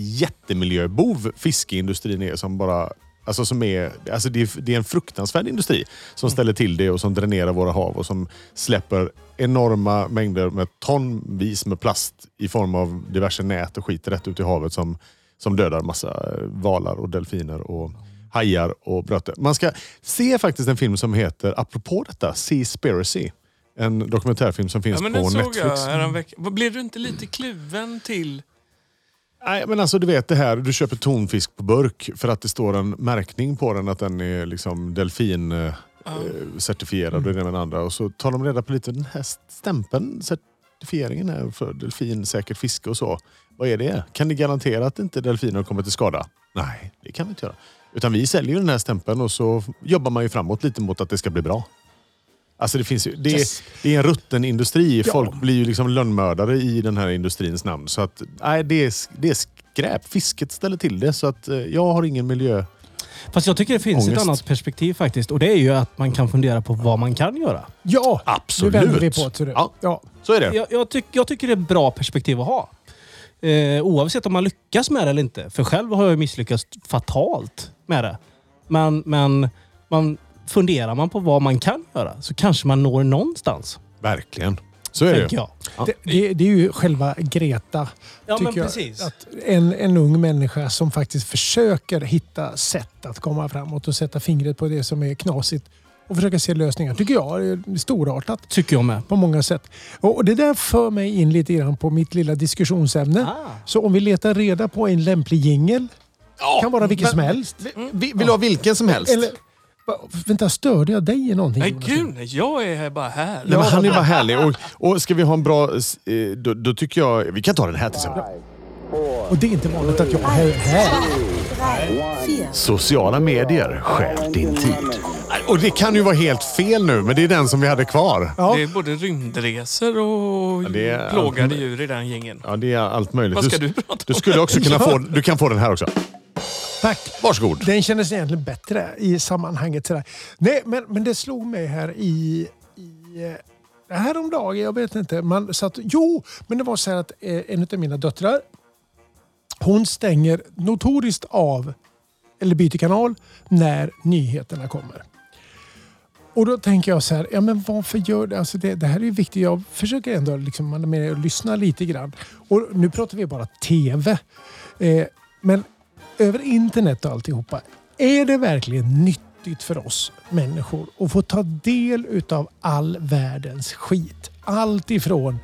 Speaker 2: jättemiljöbov fiskeindustrin är som bara... Alltså som är, alltså det, är, det är en fruktansvärd industri
Speaker 1: Mm.
Speaker 2: som ställer till det och som dränerar våra hav och som släpper enorma mängder med tonvis med plast i form av diverse nät och skit rätt ut i havet som, som dödar massa eh, valar och delfiner och hajar och bröte. Man ska se faktiskt en film som heter, apropå detta, Seaspiracy. En dokumentärfilm som finns
Speaker 1: Ja, men
Speaker 2: på
Speaker 1: den såg
Speaker 2: Netflix. Mm.
Speaker 1: jag häromveckan. Vad, Blir du inte lite kluven till...
Speaker 2: Nej, men alltså du vet det här, du köper tonfisk på burk för att det står en märkning på den att den är liksom delfin eh, certifierad och det ena med den andra. Och så tar de reda på lite, den här stämpeln, certifieringen är för delfin, säkert fiske och så. Vad är det? Kan ni garantera att inte delfiner kommer till skada? Nej, det kan vi inte göra. Utan vi säljer ju den här stämpeln och så jobbar man ju framåt lite mot att det ska bli bra. Alltså det finns ju, det,
Speaker 4: Yes.
Speaker 2: är, det är en rutten industri. Folk blir ju liksom lönnmördare i den här industrins namn. Så att, nej, det är, det är skräp. Fisket ställer till det. Så att eh, jag har ingen miljö...
Speaker 3: Fast jag tycker det finns ett
Speaker 2: Ångest.
Speaker 3: annat perspektiv faktiskt. Och det är ju att man kan fundera på vad man kan göra.
Speaker 4: Ja,
Speaker 2: Absolut.
Speaker 4: nu vänder vi på det.
Speaker 2: Ja.
Speaker 4: Ja.
Speaker 2: Så är det.
Speaker 3: Jag, jag, tyck, jag tycker det är ett bra perspektiv att ha. Eh, oavsett om man lyckas med det eller inte. För själv har jag ju misslyckats fatalt med det. Men, men man, funderar man på vad man kan göra så kanske man når någonstans.
Speaker 2: Verkligen. Så är det
Speaker 3: tänker
Speaker 2: ju.
Speaker 3: jag.
Speaker 4: Det, det, det är ju själva Greta.
Speaker 3: Ja,
Speaker 4: tycker
Speaker 3: men
Speaker 4: jag.
Speaker 3: precis.
Speaker 4: Att en, en ung människa som faktiskt försöker hitta sätt att komma framåt och sätta fingret på det som är knasigt och försöka se lösningar. tycker jag är storartat
Speaker 3: Tycker jag med.
Speaker 4: på många sätt. Och och det där för mig in lite grann på mitt lilla diskussionsämne.
Speaker 3: Ah.
Speaker 4: Så om vi letar reda på en lämplig jingel. kan vara vilken
Speaker 2: men-
Speaker 4: som helst.
Speaker 2: Vi- vi- Vill du ha vilken som helst?
Speaker 4: Eller, va- vänta, störde jag dig i någonting?
Speaker 1: Nej,
Speaker 4: Jonas?
Speaker 1: gud nej. Jag är här bara här.
Speaker 2: Nej, men han är bara härlig. Och, och ska vi ha en bra... eh, Då, då tycker jag... Vi kan ta den här till exempel.
Speaker 4: Och det är inte vanligt att jag är här.
Speaker 6: Sociala medier stjäl din tid.
Speaker 2: Nej, Och det kan ju vara helt fel nu, men det är den som vi hade kvar.
Speaker 1: Det är både rymdresor och
Speaker 2: det är-
Speaker 1: plågade djur i den gängen.
Speaker 2: Ja, det är allt möjligt.
Speaker 1: Vad ska du prata om?
Speaker 2: Du skulle också kunna få... Du kan få den här också.
Speaker 4: Tack!
Speaker 2: Varsågod.
Speaker 4: Den kändes egentligen bättre i sammanhanget. Sådär. Nej, men, men det slog mig här i... i eh, häromdagen, jag vet inte. Man satt, jo, men det var så här att eh, en av mina döttrar hon stänger notoriskt av, eller byter kanal, när nyheterna kommer. Och då tänker jag så här, ja men varför gör det? Alltså det, det här är ju viktigt. Jag försöker ändå liksom, man är med och lyssna lite grann. Och nu pratar vi bara TV. Eh, men över internet och alltihopa. Är det verkligen nyttigt för oss människor att få ta del utav all världens skit? Allt ifrån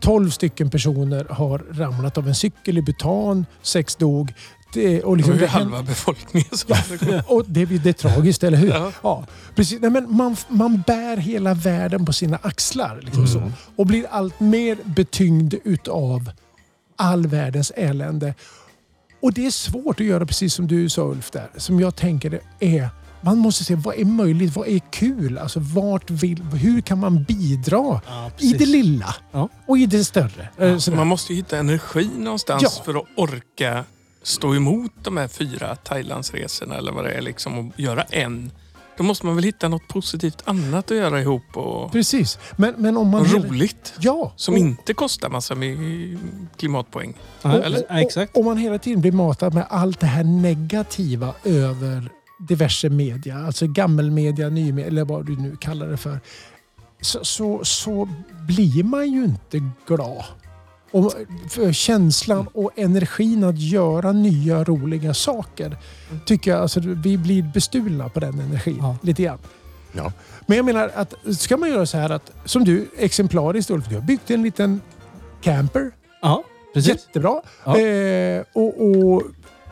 Speaker 4: 12 stycken personer har ramlat av en cykel i Bhutan, sex dog. Det, och
Speaker 1: Det
Speaker 4: liksom,
Speaker 1: var
Speaker 4: det
Speaker 1: ju
Speaker 4: händer-
Speaker 1: halva befolkningen som hade gått.
Speaker 4: och det, är- det är tragiskt, eller hur?
Speaker 1: Ja.
Speaker 4: Ja. precis. Nej, men man, man bär hela världen på sina axlar liksom
Speaker 1: Mm.
Speaker 4: så, och blir allt mer betyngd utav all världens elände. Och det är svårt att göra precis som du sa Ulf där, som jag tänker det är Man måste se vad är möjligt, vad är kul? Alltså vart vill, hur kan man bidra i det lilla
Speaker 3: Ja.
Speaker 4: och i det större? Eh, sådär.
Speaker 1: Man måste ju hitta energi någonstans
Speaker 4: Ja.
Speaker 1: för att orka stå emot de här fyra Thailandsresorna eller vad det är liksom och göra en. Då måste man väl hitta något positivt annat att göra ihop och,
Speaker 4: Precis. Men, men om man...
Speaker 1: och roligt.
Speaker 4: Ja.
Speaker 1: Som
Speaker 4: och-
Speaker 1: inte kostar massa med klimatpoäng.
Speaker 3: Ja,
Speaker 1: Eller?
Speaker 3: ja, exakt.
Speaker 4: Om man hela tiden blir matad med allt det här negativa över diverse media, alltså gammelmedia, nymedia eller vad du nu kallar det för, så, så, så blir man ju inte glad. Och för
Speaker 3: Mm.
Speaker 4: känslan och energin att göra nya roliga saker tycker jag, alltså vi blir bestulna på den energin
Speaker 3: Mm. Ja.
Speaker 4: lite grann.
Speaker 2: Ja.
Speaker 4: Men jag menar att ska man göra så här att, som du exemplariskt Ulf, du har byggt en liten camper
Speaker 3: Ja, precis.
Speaker 4: Jättebra.
Speaker 3: Ja.
Speaker 4: Eh, och, och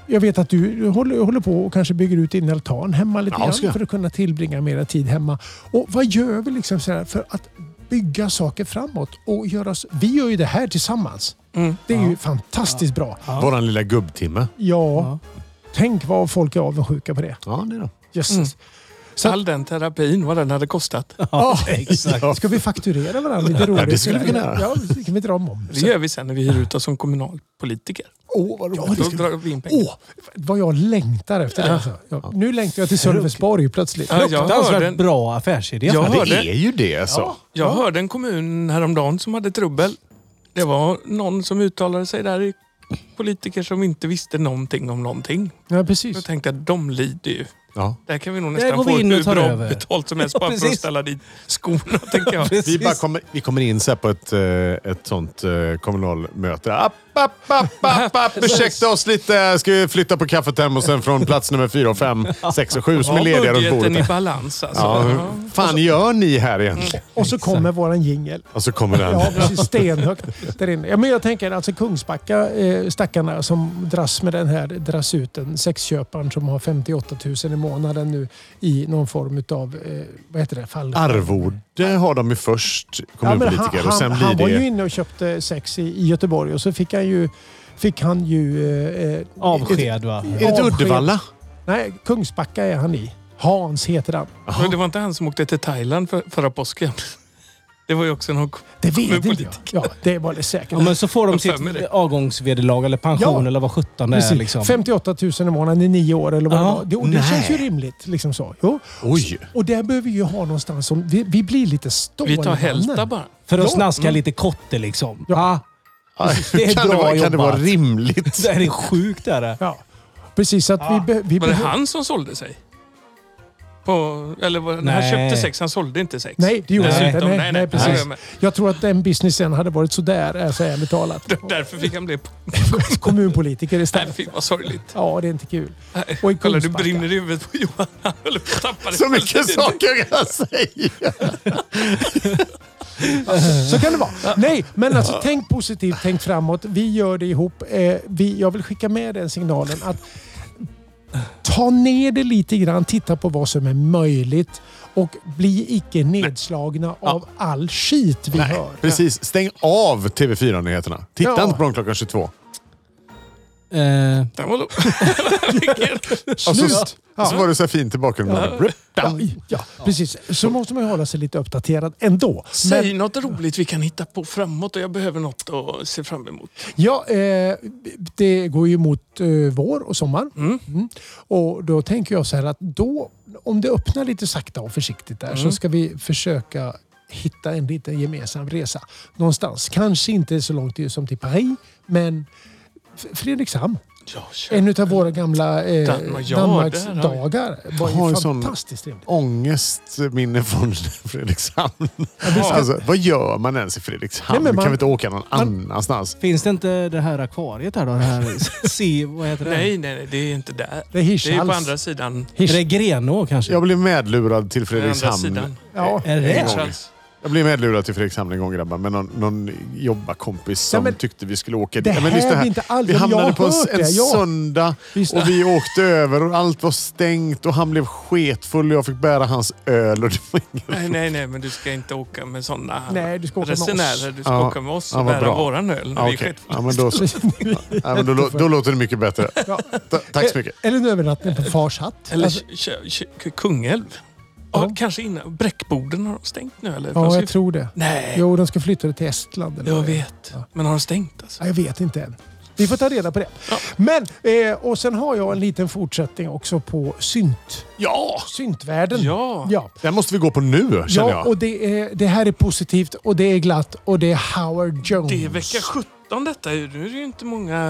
Speaker 4: jag vet att du håller, håller på och kanske bygger ut din altan hemma lite
Speaker 2: Ja, ska
Speaker 4: grann
Speaker 2: jag.
Speaker 4: för att kunna tillbringa mera tid hemma. Och vad gör vi liksom så här för att bygga saker framåt? Och göra oss, vi gör ju det här tillsammans.
Speaker 2: Mm.
Speaker 4: Det är ju fantastiskt bra. Ja,
Speaker 2: Våran lilla gubbtimme.
Speaker 4: tänk vad folk är avundsjuka på det.
Speaker 2: Ja, det då.
Speaker 4: Jösses.
Speaker 2: Mm.
Speaker 4: Så-
Speaker 1: All den terapin, vad den hade kostat.
Speaker 4: Ja,
Speaker 2: Ja.
Speaker 4: Ska vi fakturera varandra lite roligt?
Speaker 2: det skulle vi kunna göra.
Speaker 4: Ja, det kan vi dra
Speaker 1: Det
Speaker 4: momsen.
Speaker 1: gör vi sen när vi hyr ut oss som kommunalpolitiker.
Speaker 4: Åh, vad roligt.
Speaker 1: Då drar vi in pengar.
Speaker 4: Åh, vad jag längtar efter det. Alltså. Ja, nu längtar jag till Sölvesborg plötsligt.
Speaker 1: Ja, jag
Speaker 3: Fruktansvärt
Speaker 1: hörde en,
Speaker 3: bra affärsidé.
Speaker 1: Ja.
Speaker 2: Ja,
Speaker 1: Jag hörde.
Speaker 2: det är ju det alltså.
Speaker 1: jag hörde en kommun häromdagen som hade trubbel. Det var någon som uttalade sig där, i- politiker som inte visste någonting om någonting.
Speaker 4: Ja,
Speaker 1: Jag
Speaker 4: precis.
Speaker 1: tänkte att de lider ju.
Speaker 2: Ja.
Speaker 1: Där kan vi nog
Speaker 3: går
Speaker 1: nästan
Speaker 3: vi
Speaker 1: få
Speaker 3: in och
Speaker 1: hur
Speaker 3: tar
Speaker 1: bra
Speaker 3: över.
Speaker 1: betalt som helst
Speaker 3: Ja,
Speaker 1: bara för att
Speaker 3: precis.
Speaker 1: ställa dit skorna, tänker jag.
Speaker 2: Vi,
Speaker 3: Precis.
Speaker 2: bara kommer, vi kommer in så här på ett, eh, ett sånt eh, kommunalmöte. App, app, app, app, app. Ursäkta oss lite. Ska vi flytta på kaffetermosen från plats nummer 4, 5, 6 och 7 som är lediga runt
Speaker 1: budgeten i
Speaker 2: bordet. här.
Speaker 1: balans alltså.
Speaker 2: Ja,
Speaker 1: Ja. Mm.
Speaker 2: hur fan gör ni här egentligen?
Speaker 4: Och så kommer våran jingel.
Speaker 2: Och så kommer den.
Speaker 4: Ja, precis. Stenhögt där inne. Ja, men jag tänker alltså Kungsbacka, eh, stackarna som dras med den här drassuten, sexköparen som har 58 000 i månaden nu i någon form utav eh, vad heter det, fall...
Speaker 2: Arvode har de ju först,
Speaker 4: Ja, men
Speaker 2: kommunpolitiker. och sen
Speaker 4: han var
Speaker 2: blir
Speaker 4: ju
Speaker 2: det...
Speaker 4: inne och köpte sex i, i Göteborg och så fick han ju, fick han ju eh, eh,
Speaker 3: Avsked va?
Speaker 2: Är det till Uddevalla?
Speaker 4: Nej, Kungsbacka är han i. Hans heter han.
Speaker 1: Men det var inte han som åkte till Thailand för, förra påsken. Det var ju också någon...
Speaker 4: Det vet
Speaker 1: Men
Speaker 4: inte jag. Ja, det var det säkert.
Speaker 3: Ja, men eh, så får de
Speaker 1: Jag har för mig
Speaker 3: sitt
Speaker 1: det.
Speaker 3: avgångsvederlag eller pension
Speaker 4: Ja.
Speaker 3: eller vad sjutton det är.
Speaker 4: Precis.
Speaker 3: Liksom.
Speaker 4: 58 000 i månaden i nio år eller vad
Speaker 3: Ja.
Speaker 4: det var. Det, och det
Speaker 2: Nej.
Speaker 4: känns ju rimligt. Liksom så. Jo.
Speaker 2: Oj!
Speaker 4: Och där behöver vi ju ha någonstans som... Vi, vi blir lite
Speaker 1: Vi
Speaker 4: stålmannen.
Speaker 1: tar hälta bara.
Speaker 3: För att
Speaker 4: Ja.
Speaker 3: snaska lite kotte liksom. Ja. Det är
Speaker 2: kan, det
Speaker 3: bra
Speaker 2: vara, kan det vara
Speaker 3: jobbat.
Speaker 2: rimligt?
Speaker 3: Det här är sjukt. Är det.
Speaker 4: Ja. Precis, så att vi, be, vi
Speaker 1: Ah. Var det
Speaker 4: behöver-
Speaker 1: han som sålde sig? På, eller var, när han
Speaker 3: Nej.
Speaker 1: köpte sex, han sålde inte sex.
Speaker 4: Nej, det gjorde
Speaker 1: Dessutom,
Speaker 4: han inte. Nej, nej,
Speaker 1: Ja,
Speaker 4: precis.
Speaker 1: ja, men
Speaker 4: Jag tror att den businessen hade varit sådär, alltså, ärligt talat.
Speaker 1: Därför fick han bli...
Speaker 4: Kommunpolitiker
Speaker 1: Nej,
Speaker 4: istället.
Speaker 1: fy vad sorgligt.
Speaker 4: Ja, det är inte kul.
Speaker 1: Nej,
Speaker 4: Och i
Speaker 1: Kolla, du
Speaker 4: Kungsbacka.
Speaker 1: brinner i huvudet på Johan. Han höll på att tappa det.
Speaker 2: Så mycket saker jag säger.
Speaker 4: Alltså, Så kan det vara. Nej, men alltså tänk positivt, tänk framåt. Vi gör det ihop. Eh, vi, jag vill skicka med den signalen att ta ner det lite grann, titta på vad som är möjligt och bli icke nedslagna av all skit vi hör.
Speaker 2: Precis. Stäng av TV4-nyheterna. Titta
Speaker 4: Ja.
Speaker 2: inte på dem klockan 22.
Speaker 3: Eh,
Speaker 1: Den var låg.
Speaker 2: Och Alltså, så,
Speaker 4: Slut!
Speaker 2: och så var det så här fint i bakgrunden.
Speaker 4: Ja, ja, precis. Så måste man ju hålla sig lite uppdaterad ändå. Men-
Speaker 1: Säg något roligt vi kan hitta på framåt och jag behöver något att se fram emot.
Speaker 4: Ja, eh, det går ju mot eh, vår och sommar. Mm. Och då tänker jag så här att då, om det öppnar lite sakta och försiktigt där
Speaker 1: Mm.
Speaker 4: så ska vi försöka hitta en liten gemensam resa någonstans. Kanske inte så långt till- som till Paris, men F- Fredrikshamn.
Speaker 1: Ja, kör.
Speaker 4: En av våra gamla eh,
Speaker 1: Danmark, ja,
Speaker 4: Danmarks
Speaker 1: där har vi-
Speaker 4: dagar. var
Speaker 2: Jag har
Speaker 4: ju
Speaker 2: en sån-
Speaker 4: fantastiskt trevligt.
Speaker 2: Ångestminne från Fredrikshamn. Alltså, vad gör man ens i Fredrikshamn?
Speaker 4: Nej, men man-
Speaker 2: kan vi inte åka någon
Speaker 4: man-
Speaker 2: annanstans?
Speaker 3: finns det inte det här akvariet här då? Det här, se, vad heter det?
Speaker 1: Nej, nej, nej, det är inte där.
Speaker 4: Det är
Speaker 1: Det är på
Speaker 4: Hirschhals.
Speaker 1: andra sidan.
Speaker 3: Är det Grenå kanske?
Speaker 2: Jag blev medlurad till
Speaker 1: Den andra
Speaker 2: Fredrikshamn.
Speaker 1: sidan.
Speaker 4: Ja,
Speaker 3: Är det?
Speaker 1: Hirschhals.
Speaker 2: Jag blev medlurad till Fredrikshamn en gång grabbar, med någon, någon jobbarkompis som
Speaker 4: Nej, men
Speaker 2: tyckte vi skulle åka
Speaker 4: det
Speaker 2: dit. Ja,
Speaker 4: här är inte alls-
Speaker 2: vi
Speaker 4: jag
Speaker 2: hamnade
Speaker 4: har
Speaker 2: på en,
Speaker 4: hört
Speaker 2: en
Speaker 4: det, ja.
Speaker 2: söndag
Speaker 4: Lyssna.
Speaker 2: och vi åkte över och allt var stängt och han blev sketfull och jag fick bära hans öl. Och det var ingen...
Speaker 1: Nej, nej, nej, men du ska inte åka med sådana
Speaker 4: Nej, du ska åka med oss.
Speaker 1: resenärer. Du ska
Speaker 2: Ja,
Speaker 1: åka med oss
Speaker 2: ja,
Speaker 1: och
Speaker 2: vad
Speaker 1: bära
Speaker 2: bra.
Speaker 1: våran öl. när
Speaker 2: Ja,
Speaker 1: vi
Speaker 2: okej.
Speaker 1: skett-
Speaker 2: ja, men då, så- ja, men då, lå- då låter det mycket bättre.
Speaker 4: Ja.
Speaker 2: Ta- Tack så mycket.
Speaker 4: Eller en övernattning på fars hatt.
Speaker 1: Eller
Speaker 4: Alltså,
Speaker 1: kö- kö- kö- Kungälv. Ja.
Speaker 4: Ja.
Speaker 1: kanske innan. Bräckboden har de stängt nu eller? De
Speaker 4: ja,
Speaker 1: ska-
Speaker 4: jag tror det.
Speaker 1: Nej,
Speaker 4: Jo, de ska flytta det till Estland. Eller
Speaker 1: jag
Speaker 4: vad det är.
Speaker 1: vet.
Speaker 4: Ja.
Speaker 1: Men har de stängt alltså?
Speaker 4: Ja, jag vet inte än. Vi får ta reda på det. Men, eh, och sen har jag en liten fortsättning också på synt.
Speaker 2: Ja!
Speaker 4: Syntvärlden.
Speaker 1: Ja.
Speaker 4: ja.
Speaker 2: Den måste vi gå på nu känner
Speaker 4: Ja,
Speaker 2: jag.
Speaker 4: och det, är, det här är positivt och det är glatt och det är Howard Jones.
Speaker 1: Det är vecka 17 detta. Nu är det ju inte många,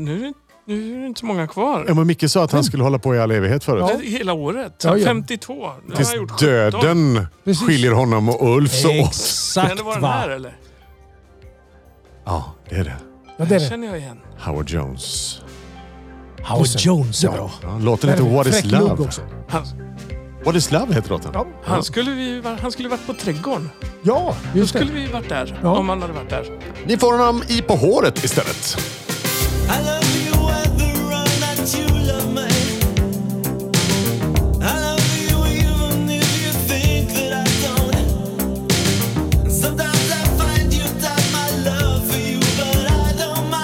Speaker 1: nu är det, nu är det inte så många
Speaker 2: Ja,
Speaker 1: kvar.
Speaker 2: men Micke sa att han skulle hålla på i all evighet förut.
Speaker 1: Det är Hela året.
Speaker 4: Ja, ja.
Speaker 1: 52. Nu har
Speaker 2: Tills
Speaker 1: jag gjort 17.
Speaker 2: döden
Speaker 4: Precis.
Speaker 2: skiljer honom och Ulf så åt.
Speaker 1: Kan
Speaker 3: Exakt
Speaker 1: det vara den
Speaker 3: va?
Speaker 1: här eller?
Speaker 2: Ja, det är det.
Speaker 4: Ja, det är det.
Speaker 1: känner jag igen.
Speaker 2: Howard Jones.
Speaker 3: Howard Jones är bra.
Speaker 2: Ja, låten heter
Speaker 4: Där är
Speaker 2: What is
Speaker 4: fräck lugg
Speaker 2: Love.
Speaker 4: också.
Speaker 1: Han,
Speaker 2: What is Love heter låten.
Speaker 4: Ja,
Speaker 1: han skulle ju han skulle varit på Trädgården.
Speaker 4: ja just
Speaker 1: Skulle
Speaker 4: det.
Speaker 1: vi varit där.
Speaker 4: Ja.
Speaker 1: Om han hade varit där.
Speaker 2: Ni får honom i På håret istället.
Speaker 7: I love you whether or not you love me. I love you even if you think that I don't. Sometimes I find you doubt my love for you, but I don't mind.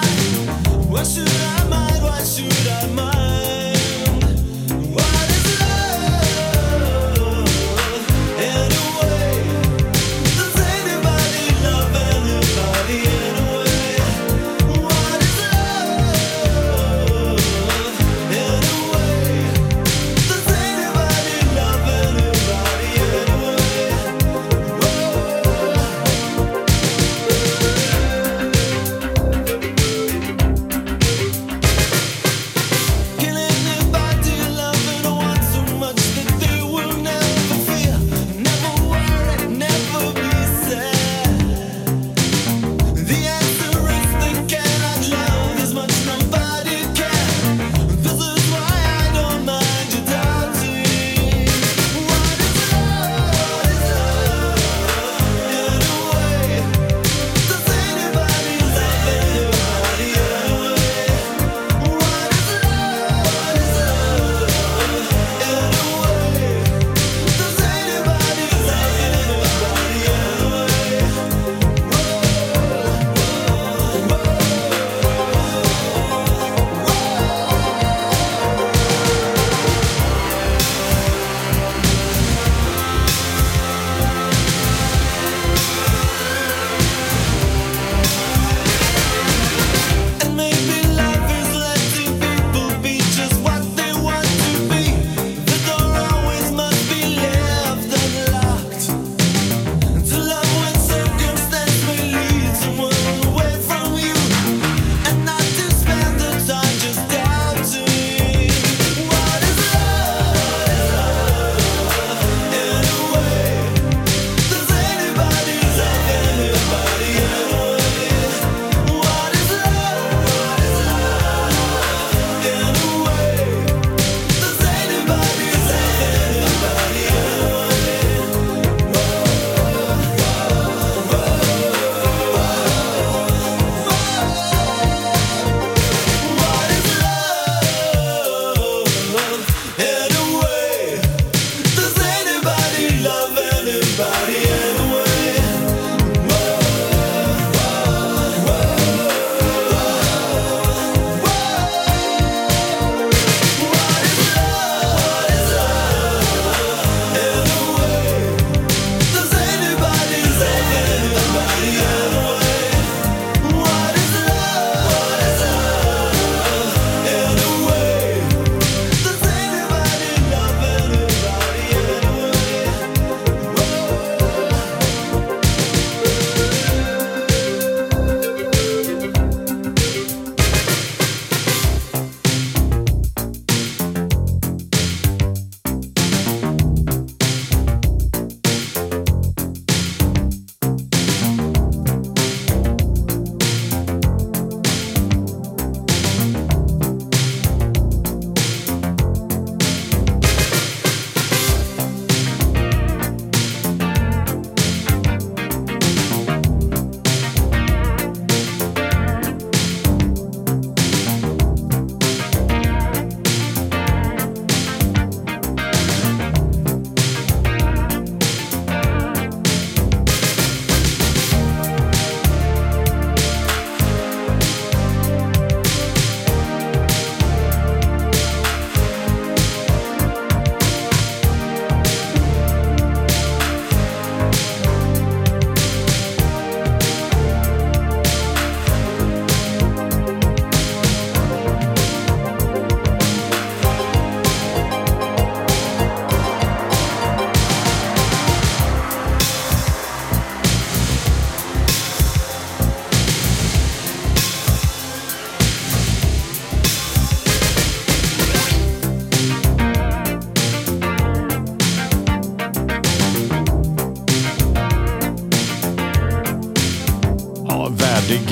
Speaker 7: Why should I mind? Why should I mind? What is love anyway? Does anybody love anybody anyway? What is love?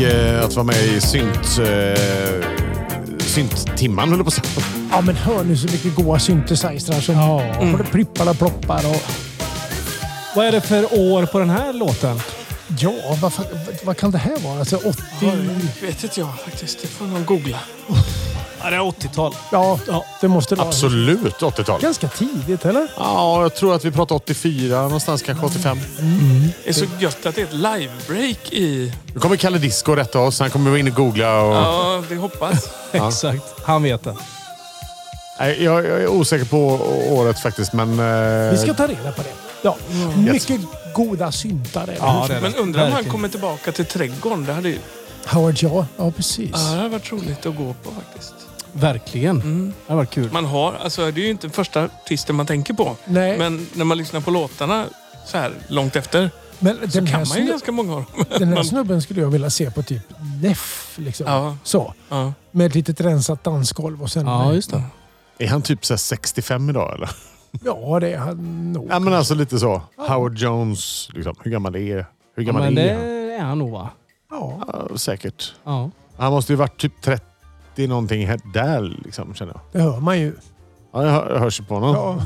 Speaker 2: eh, att vara med i synt... Eh, Synt-timman höll jag på att säga.
Speaker 4: Ja, men hör nu så mycket goa synthesizrar som Mm. ja. plippar och ploppar. Och,
Speaker 3: Vad är det för år på den här låten?
Speaker 4: ja, vad, fan- vad, vad kan det här vara? Alltså 80...
Speaker 1: vet inte jag faktiskt. Det får någon googla.
Speaker 3: Ja, det är 80-tal.
Speaker 4: Ja, det måste det vara.
Speaker 2: Absolut 80-tal.
Speaker 4: Ganska tidigt, eller?
Speaker 2: Ja, jag tror att vi pratar 84, någonstans kanske 85.
Speaker 1: Det är så gött att det är ett live-break i...
Speaker 2: Nu kommer Kalle Disco och rätta oss. Han kommer vara inne och googla. Och...
Speaker 1: Ja, vi hoppas.
Speaker 3: Exakt. Han vet det.
Speaker 2: Nej, jag, jag är osäker på å- året faktiskt, men... eh,
Speaker 4: Vi ska ta reda på det. Ja.
Speaker 3: Mm.
Speaker 4: Mycket goda syntar. eller hur?
Speaker 3: det är
Speaker 1: Men
Speaker 3: det.
Speaker 1: undrar om han
Speaker 3: Verkligen.
Speaker 1: kommer tillbaka till trädgården. Det hade, ju-
Speaker 4: Howard Jaw. Ja, precis.
Speaker 1: ja, det hade varit roligt att gå på faktiskt.
Speaker 3: Verkligen. Det har varit kul.
Speaker 1: Man har, alltså det är ju inte första artisten man tänker på.
Speaker 4: Nej.
Speaker 1: Men när man lyssnar på låtarna så här långt efter
Speaker 4: Men den här,
Speaker 1: kan man ju
Speaker 4: snu-
Speaker 1: ganska många av dem.
Speaker 4: den här
Speaker 1: man-
Speaker 4: snubben skulle jag vilja se på typ Neff. Liksom.
Speaker 1: Ja.
Speaker 4: Så.
Speaker 1: Ja.
Speaker 4: Med ett litet rensat dansgolv och sen...
Speaker 3: Ja, just det.
Speaker 2: Är han typ så här 65 idag eller?
Speaker 4: Ja, det är han nog.
Speaker 2: Ja, men alltså lite så. Howard Jones, liksom. hur gammal är Hur gammal
Speaker 3: Men det
Speaker 2: är han?
Speaker 3: är han nog va?
Speaker 4: Ja.
Speaker 2: Ja, säkert.
Speaker 3: Ja.
Speaker 2: Han måste ju varit typ 30 någonting här, där liksom, känner jag.
Speaker 4: Det hör man ju.
Speaker 2: Ja, jag hör- jag hörs ju på honom.
Speaker 4: Ja.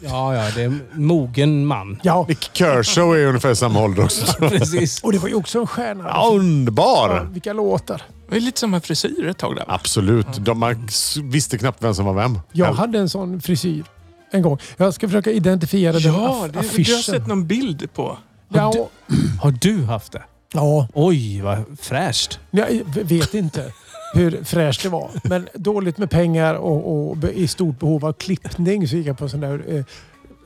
Speaker 3: Ja, ja, det är en mogen man.
Speaker 4: ja.
Speaker 2: Nick Kershaw är ungefär samma ålder också. tror jag.
Speaker 3: Precis.
Speaker 4: Och det var ju också en stjärna.
Speaker 2: Ja,
Speaker 4: Ja,
Speaker 2: underbar!
Speaker 4: vilka låtar.
Speaker 1: Det är lite samma frisyr ett tag där. va?
Speaker 2: Absolut. De man s- visste knappt vem som var vem.
Speaker 4: Jag hade en sån frisyr en gång. Jag ska försöka identifiera den
Speaker 1: Ja,
Speaker 4: aff-
Speaker 1: det, du har
Speaker 4: affischen.
Speaker 1: sett någon bild på.
Speaker 4: Ja, och-
Speaker 3: Har du haft det?
Speaker 4: ja,
Speaker 3: Oj, vad fräscht.
Speaker 4: Jag vet inte hur fräscht det var. Men dåligt med pengar och, och be- i stort behov av klippning så gick jag på sån där, eh,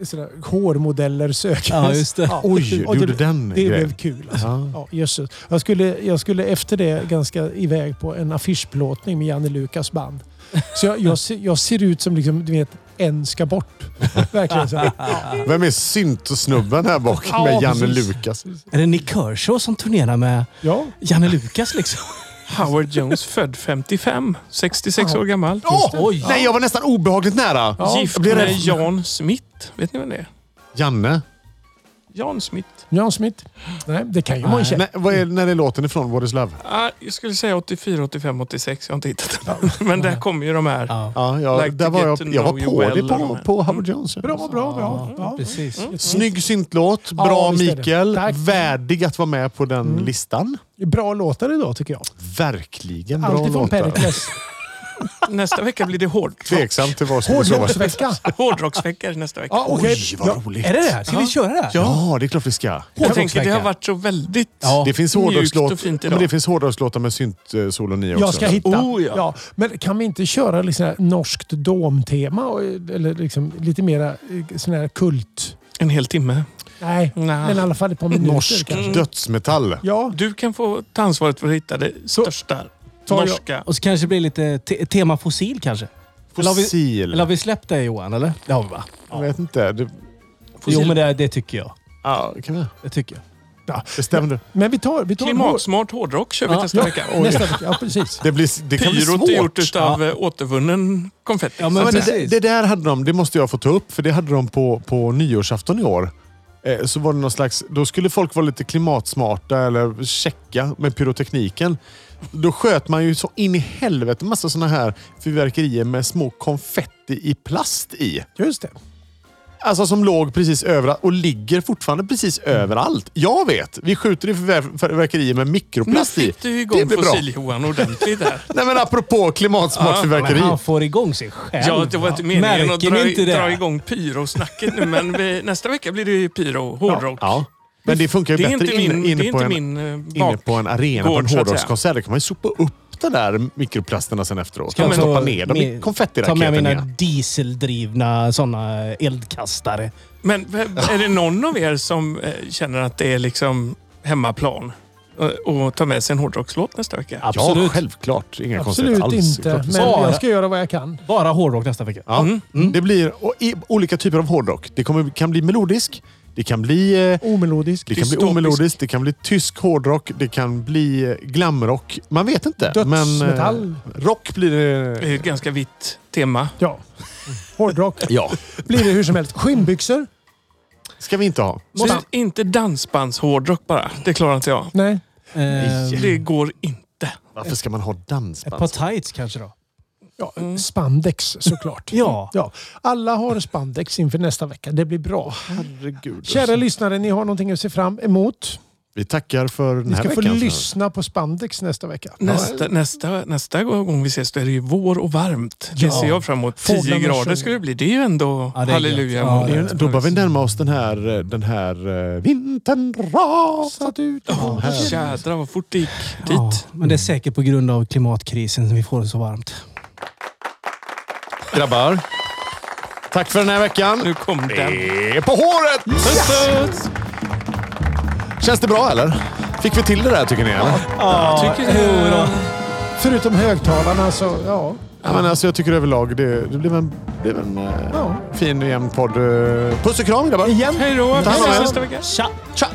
Speaker 4: sån där hårmodeller sökes.
Speaker 3: Ja, just det.
Speaker 2: Oj,
Speaker 4: och
Speaker 2: du gjorde den
Speaker 4: Det
Speaker 2: grejen.
Speaker 4: blev kul. Alltså.
Speaker 2: Ja.
Speaker 4: Ja, jösses. jag, skulle, jag skulle efter det ganska iväg på en affischplåtning med Janne Lukas band. Så jag, jag, ser, jag ser ut som liksom, du vet, en ska bort. Verkligen så. här. Ja.
Speaker 2: Vem är synt-snubben här bak
Speaker 4: Ja,
Speaker 2: med Janne
Speaker 4: precis.
Speaker 2: Lukas?
Speaker 3: Är det Nick Kershaw som turnerar med
Speaker 4: ja.
Speaker 3: Janne Lukas liksom?
Speaker 1: Howard Jones, född 55, 66
Speaker 4: Ja.
Speaker 1: år gammal.
Speaker 2: Åh! Nej, jag var nästan obehagligt nära.
Speaker 1: Gift
Speaker 2: jag blir
Speaker 1: med
Speaker 2: rädd.
Speaker 1: Jan Smith. Vet ni vem det är?
Speaker 2: Janne?
Speaker 1: Jan Smith.
Speaker 4: Jan Smith. Nej, det kan ju vara en tjej.
Speaker 2: Nej, vad är, när är låten ifrån? What is love?
Speaker 1: Ah, jag skulle säga 84, 85, 86. Jag har inte hittat den. Men där kommer ju de här.
Speaker 2: Ja, jag,
Speaker 1: Like
Speaker 2: där
Speaker 1: to
Speaker 2: var
Speaker 1: get
Speaker 2: jag,
Speaker 1: to
Speaker 2: jag var
Speaker 1: know you
Speaker 2: på
Speaker 1: well
Speaker 2: det på,
Speaker 1: eller något.
Speaker 2: på Howard Jones.
Speaker 4: Bra, bra, bra. Ja.
Speaker 3: Precis.
Speaker 2: Snygg syntlåt. Bra
Speaker 4: Ja, visst är det.
Speaker 2: Mikael.
Speaker 4: Tack. Mm.
Speaker 2: Värdig att vara med på den listan.
Speaker 4: Bra låtar idag tycker jag.
Speaker 2: Verkligen bra
Speaker 4: Allt ifrån
Speaker 2: låtar.
Speaker 4: Pericles.
Speaker 1: Nästa vecka blir det hårdrock.
Speaker 2: Tveksam till vad jag skulle sova.
Speaker 4: Hårdrocksvecka.
Speaker 1: hårdrocksvecka nästa vecka.
Speaker 4: Ja, okej.
Speaker 2: Oj, vad roligt.
Speaker 3: Är det det? här? Ska vi köra det? här?
Speaker 2: Ja, det är klart vi ska.
Speaker 1: jag tänker det har
Speaker 3: Hårdrocksvecka.
Speaker 1: varit så väldigt...
Speaker 3: Ja.
Speaker 2: Det finns
Speaker 1: Mjukt och
Speaker 2: hårdrockslåt-
Speaker 1: fint
Speaker 2: ja,
Speaker 1: idag.
Speaker 2: men det finns hårdrockslåtar med synt-solon i också.
Speaker 4: Jag ska hitta.
Speaker 1: Oh, ja.
Speaker 4: ja. Men kan vi inte köra liksom här norskt domtema? och- Eller liksom lite mera eh, sån här kult...
Speaker 1: En hel timme.
Speaker 4: Nej,
Speaker 1: Nej.
Speaker 4: men i alla fall ett par minuter
Speaker 2: Norsk
Speaker 4: kanske.
Speaker 2: Mm. dödsmetall.
Speaker 4: Ja,
Speaker 1: Du kan få ta ansvaret för att hitta det största
Speaker 4: tar jag-
Speaker 1: norska.
Speaker 3: Och så kanske det blir lite te- tema fossil kanske? Eller har vi-
Speaker 2: Fossil.
Speaker 3: Eller har vi släppt det Johan? Eller? Det har vi va?
Speaker 2: Jag vet inte. Det,
Speaker 3: Jo, men det, det tycker jag.
Speaker 2: ja, kan vi?
Speaker 3: Det tycker jag.
Speaker 2: Bestäm du.
Speaker 4: men vi tar... Vi tar
Speaker 1: Klimatsmart hårdrock kör vi
Speaker 3: Ja.
Speaker 1: nästa vecka.
Speaker 4: vår- Nästa vecka. Ja, precis.
Speaker 2: Det, blir, det kan bli
Speaker 1: Pyrot är
Speaker 2: svårt.
Speaker 1: gjort utav ja. återvunnen konfetti.
Speaker 3: Ja,
Speaker 2: Ja,
Speaker 3: men
Speaker 2: men det,
Speaker 3: precis.
Speaker 2: det där hade de, det måste jag få ta upp, för det hade de på, på nyårsafton i år. Eh, så var det någon slags, då skulle folk vara lite klimatsmarta eller checka med pyrotekniken. Då sköt man ju så in i helvete massa såna här fyrverkerier med små konfetti i plast i.
Speaker 4: Just det.
Speaker 2: Alltså som låg precis överallt och ligger fortfarande precis
Speaker 1: Mm.
Speaker 2: överallt. Jag vet, vi skjuter i fyrver- fyrverkerier med
Speaker 1: Nu
Speaker 2: mikroplast i.
Speaker 1: fick du
Speaker 2: Det
Speaker 1: igång
Speaker 2: blir bra.
Speaker 1: fossil-Johan ordentligt där.
Speaker 2: Nej men apropå klimatsmart fyrverkeri.
Speaker 3: Men han får igång sig själv.
Speaker 1: Ja, det var inte meningen
Speaker 3: Märker
Speaker 1: att dra,
Speaker 3: ni inte det?
Speaker 1: dra igång pyrosnacket nu, men vi, nästa vecka blir det ju pyro, hårdrock.
Speaker 2: Ja. Men det funkar ju
Speaker 1: Det är
Speaker 2: bättre
Speaker 1: inte min,
Speaker 2: inne, inne,
Speaker 1: det är
Speaker 2: på
Speaker 1: inte
Speaker 2: en,
Speaker 1: min eh,
Speaker 2: inne
Speaker 1: bak...
Speaker 2: på en arena,
Speaker 1: gård,
Speaker 2: på en
Speaker 1: så att
Speaker 2: hårdrockskonsert. Då kan man ju sopa upp de där mikroplasterna sen efteråt. Kan man
Speaker 3: jag
Speaker 2: stoppa
Speaker 3: ta-
Speaker 2: ner dem i
Speaker 3: med- Ta med
Speaker 2: konfettiraketen
Speaker 3: mina
Speaker 2: igen.
Speaker 3: dieseldrivna såna eh, eldkastare.
Speaker 1: Men v- är det någon av er som eh, känner att det är liksom hemmaplan och, och tar med sig en hårdrockslåt nästa vecka?
Speaker 2: Ja,
Speaker 3: Absolut.
Speaker 2: självklart. Inga konstigheter
Speaker 4: Absolut
Speaker 2: alls.
Speaker 4: inte.
Speaker 2: Klart vi
Speaker 4: Men
Speaker 2: ska.
Speaker 4: jag ska göra vad jag kan.
Speaker 3: Bara hårdrock nästa vecka.
Speaker 2: Ja.
Speaker 1: Mm.
Speaker 2: Det blir och, i, olika typer av hårdrock. Det kommer, kan bli melodisk. Det kan bli... Eh,
Speaker 4: Omelodisk.
Speaker 2: det kan bli
Speaker 1: Dystopisk.
Speaker 2: omelodiskt, det kan bli tysk hårdrock, det kan bli eh, glamrock. Man vet inte.
Speaker 4: Dödsmetall.
Speaker 2: Men eh, rock blir det...
Speaker 1: Det är ett ganska vitt tema.
Speaker 4: Ja. Hårdrock.
Speaker 2: Ja.
Speaker 4: Blir det hur som helst. Skinnbyxor?
Speaker 2: ska vi inte ha.
Speaker 1: Måste inte dansbandshårdrock bara. Det klarar inte jag.
Speaker 4: Nej.
Speaker 3: Eh,
Speaker 1: Det går inte.
Speaker 2: Varför ska man ha
Speaker 3: ett par
Speaker 2: dansband?
Speaker 3: tights kanske då?
Speaker 4: Ja, Spandex såklart.
Speaker 3: Ja.
Speaker 4: Ja, alla har spandex inför nästa vecka. Det blir bra.
Speaker 2: Herregud.
Speaker 4: Kära lyssnare, ni har någonting att se fram emot.
Speaker 2: Vi tackar för den
Speaker 4: Ni
Speaker 2: här
Speaker 4: ska få
Speaker 2: veckan.
Speaker 4: lyssna på spandex nästa vecka.
Speaker 1: Nästa, nästa, nästa gång vi ses då är det ju vår och varmt. Det
Speaker 3: Ja.
Speaker 1: ser jag fram emot. 10
Speaker 4: Fåglarna sjunger.
Speaker 1: grader skulle det bli. Det är ju ändå
Speaker 3: Ja, det är
Speaker 1: halleluja.
Speaker 3: gött. Ja,
Speaker 2: Det är- Då börjar vi närma oss den här, eh, den här eh, vintern rasat ut.
Speaker 1: Åh,
Speaker 2: Här.
Speaker 1: Jädrar vad fort det gick dit.
Speaker 3: Ja, men det är säkert på grund av klimatkrisen som vi får det så varmt.
Speaker 2: Grabbar, tack för den här
Speaker 1: Nu
Speaker 2: veckan.
Speaker 1: kom den.
Speaker 2: Det är på håret!
Speaker 1: Puss puss!
Speaker 2: Känns det bra eller? Fick vi till det där tycker ni? Eller?
Speaker 1: Tycker du?
Speaker 4: Förutom högtalarna så, ja.
Speaker 2: Ja, men alltså, jag tycker överlag det, det blev en, det blev en eh,
Speaker 4: ja.
Speaker 2: fin och jämn podd. eh. Puss och kram grabbar!
Speaker 1: Hej då! Vi
Speaker 2: Tack.
Speaker 1: ses nästa vecka.
Speaker 2: Tja!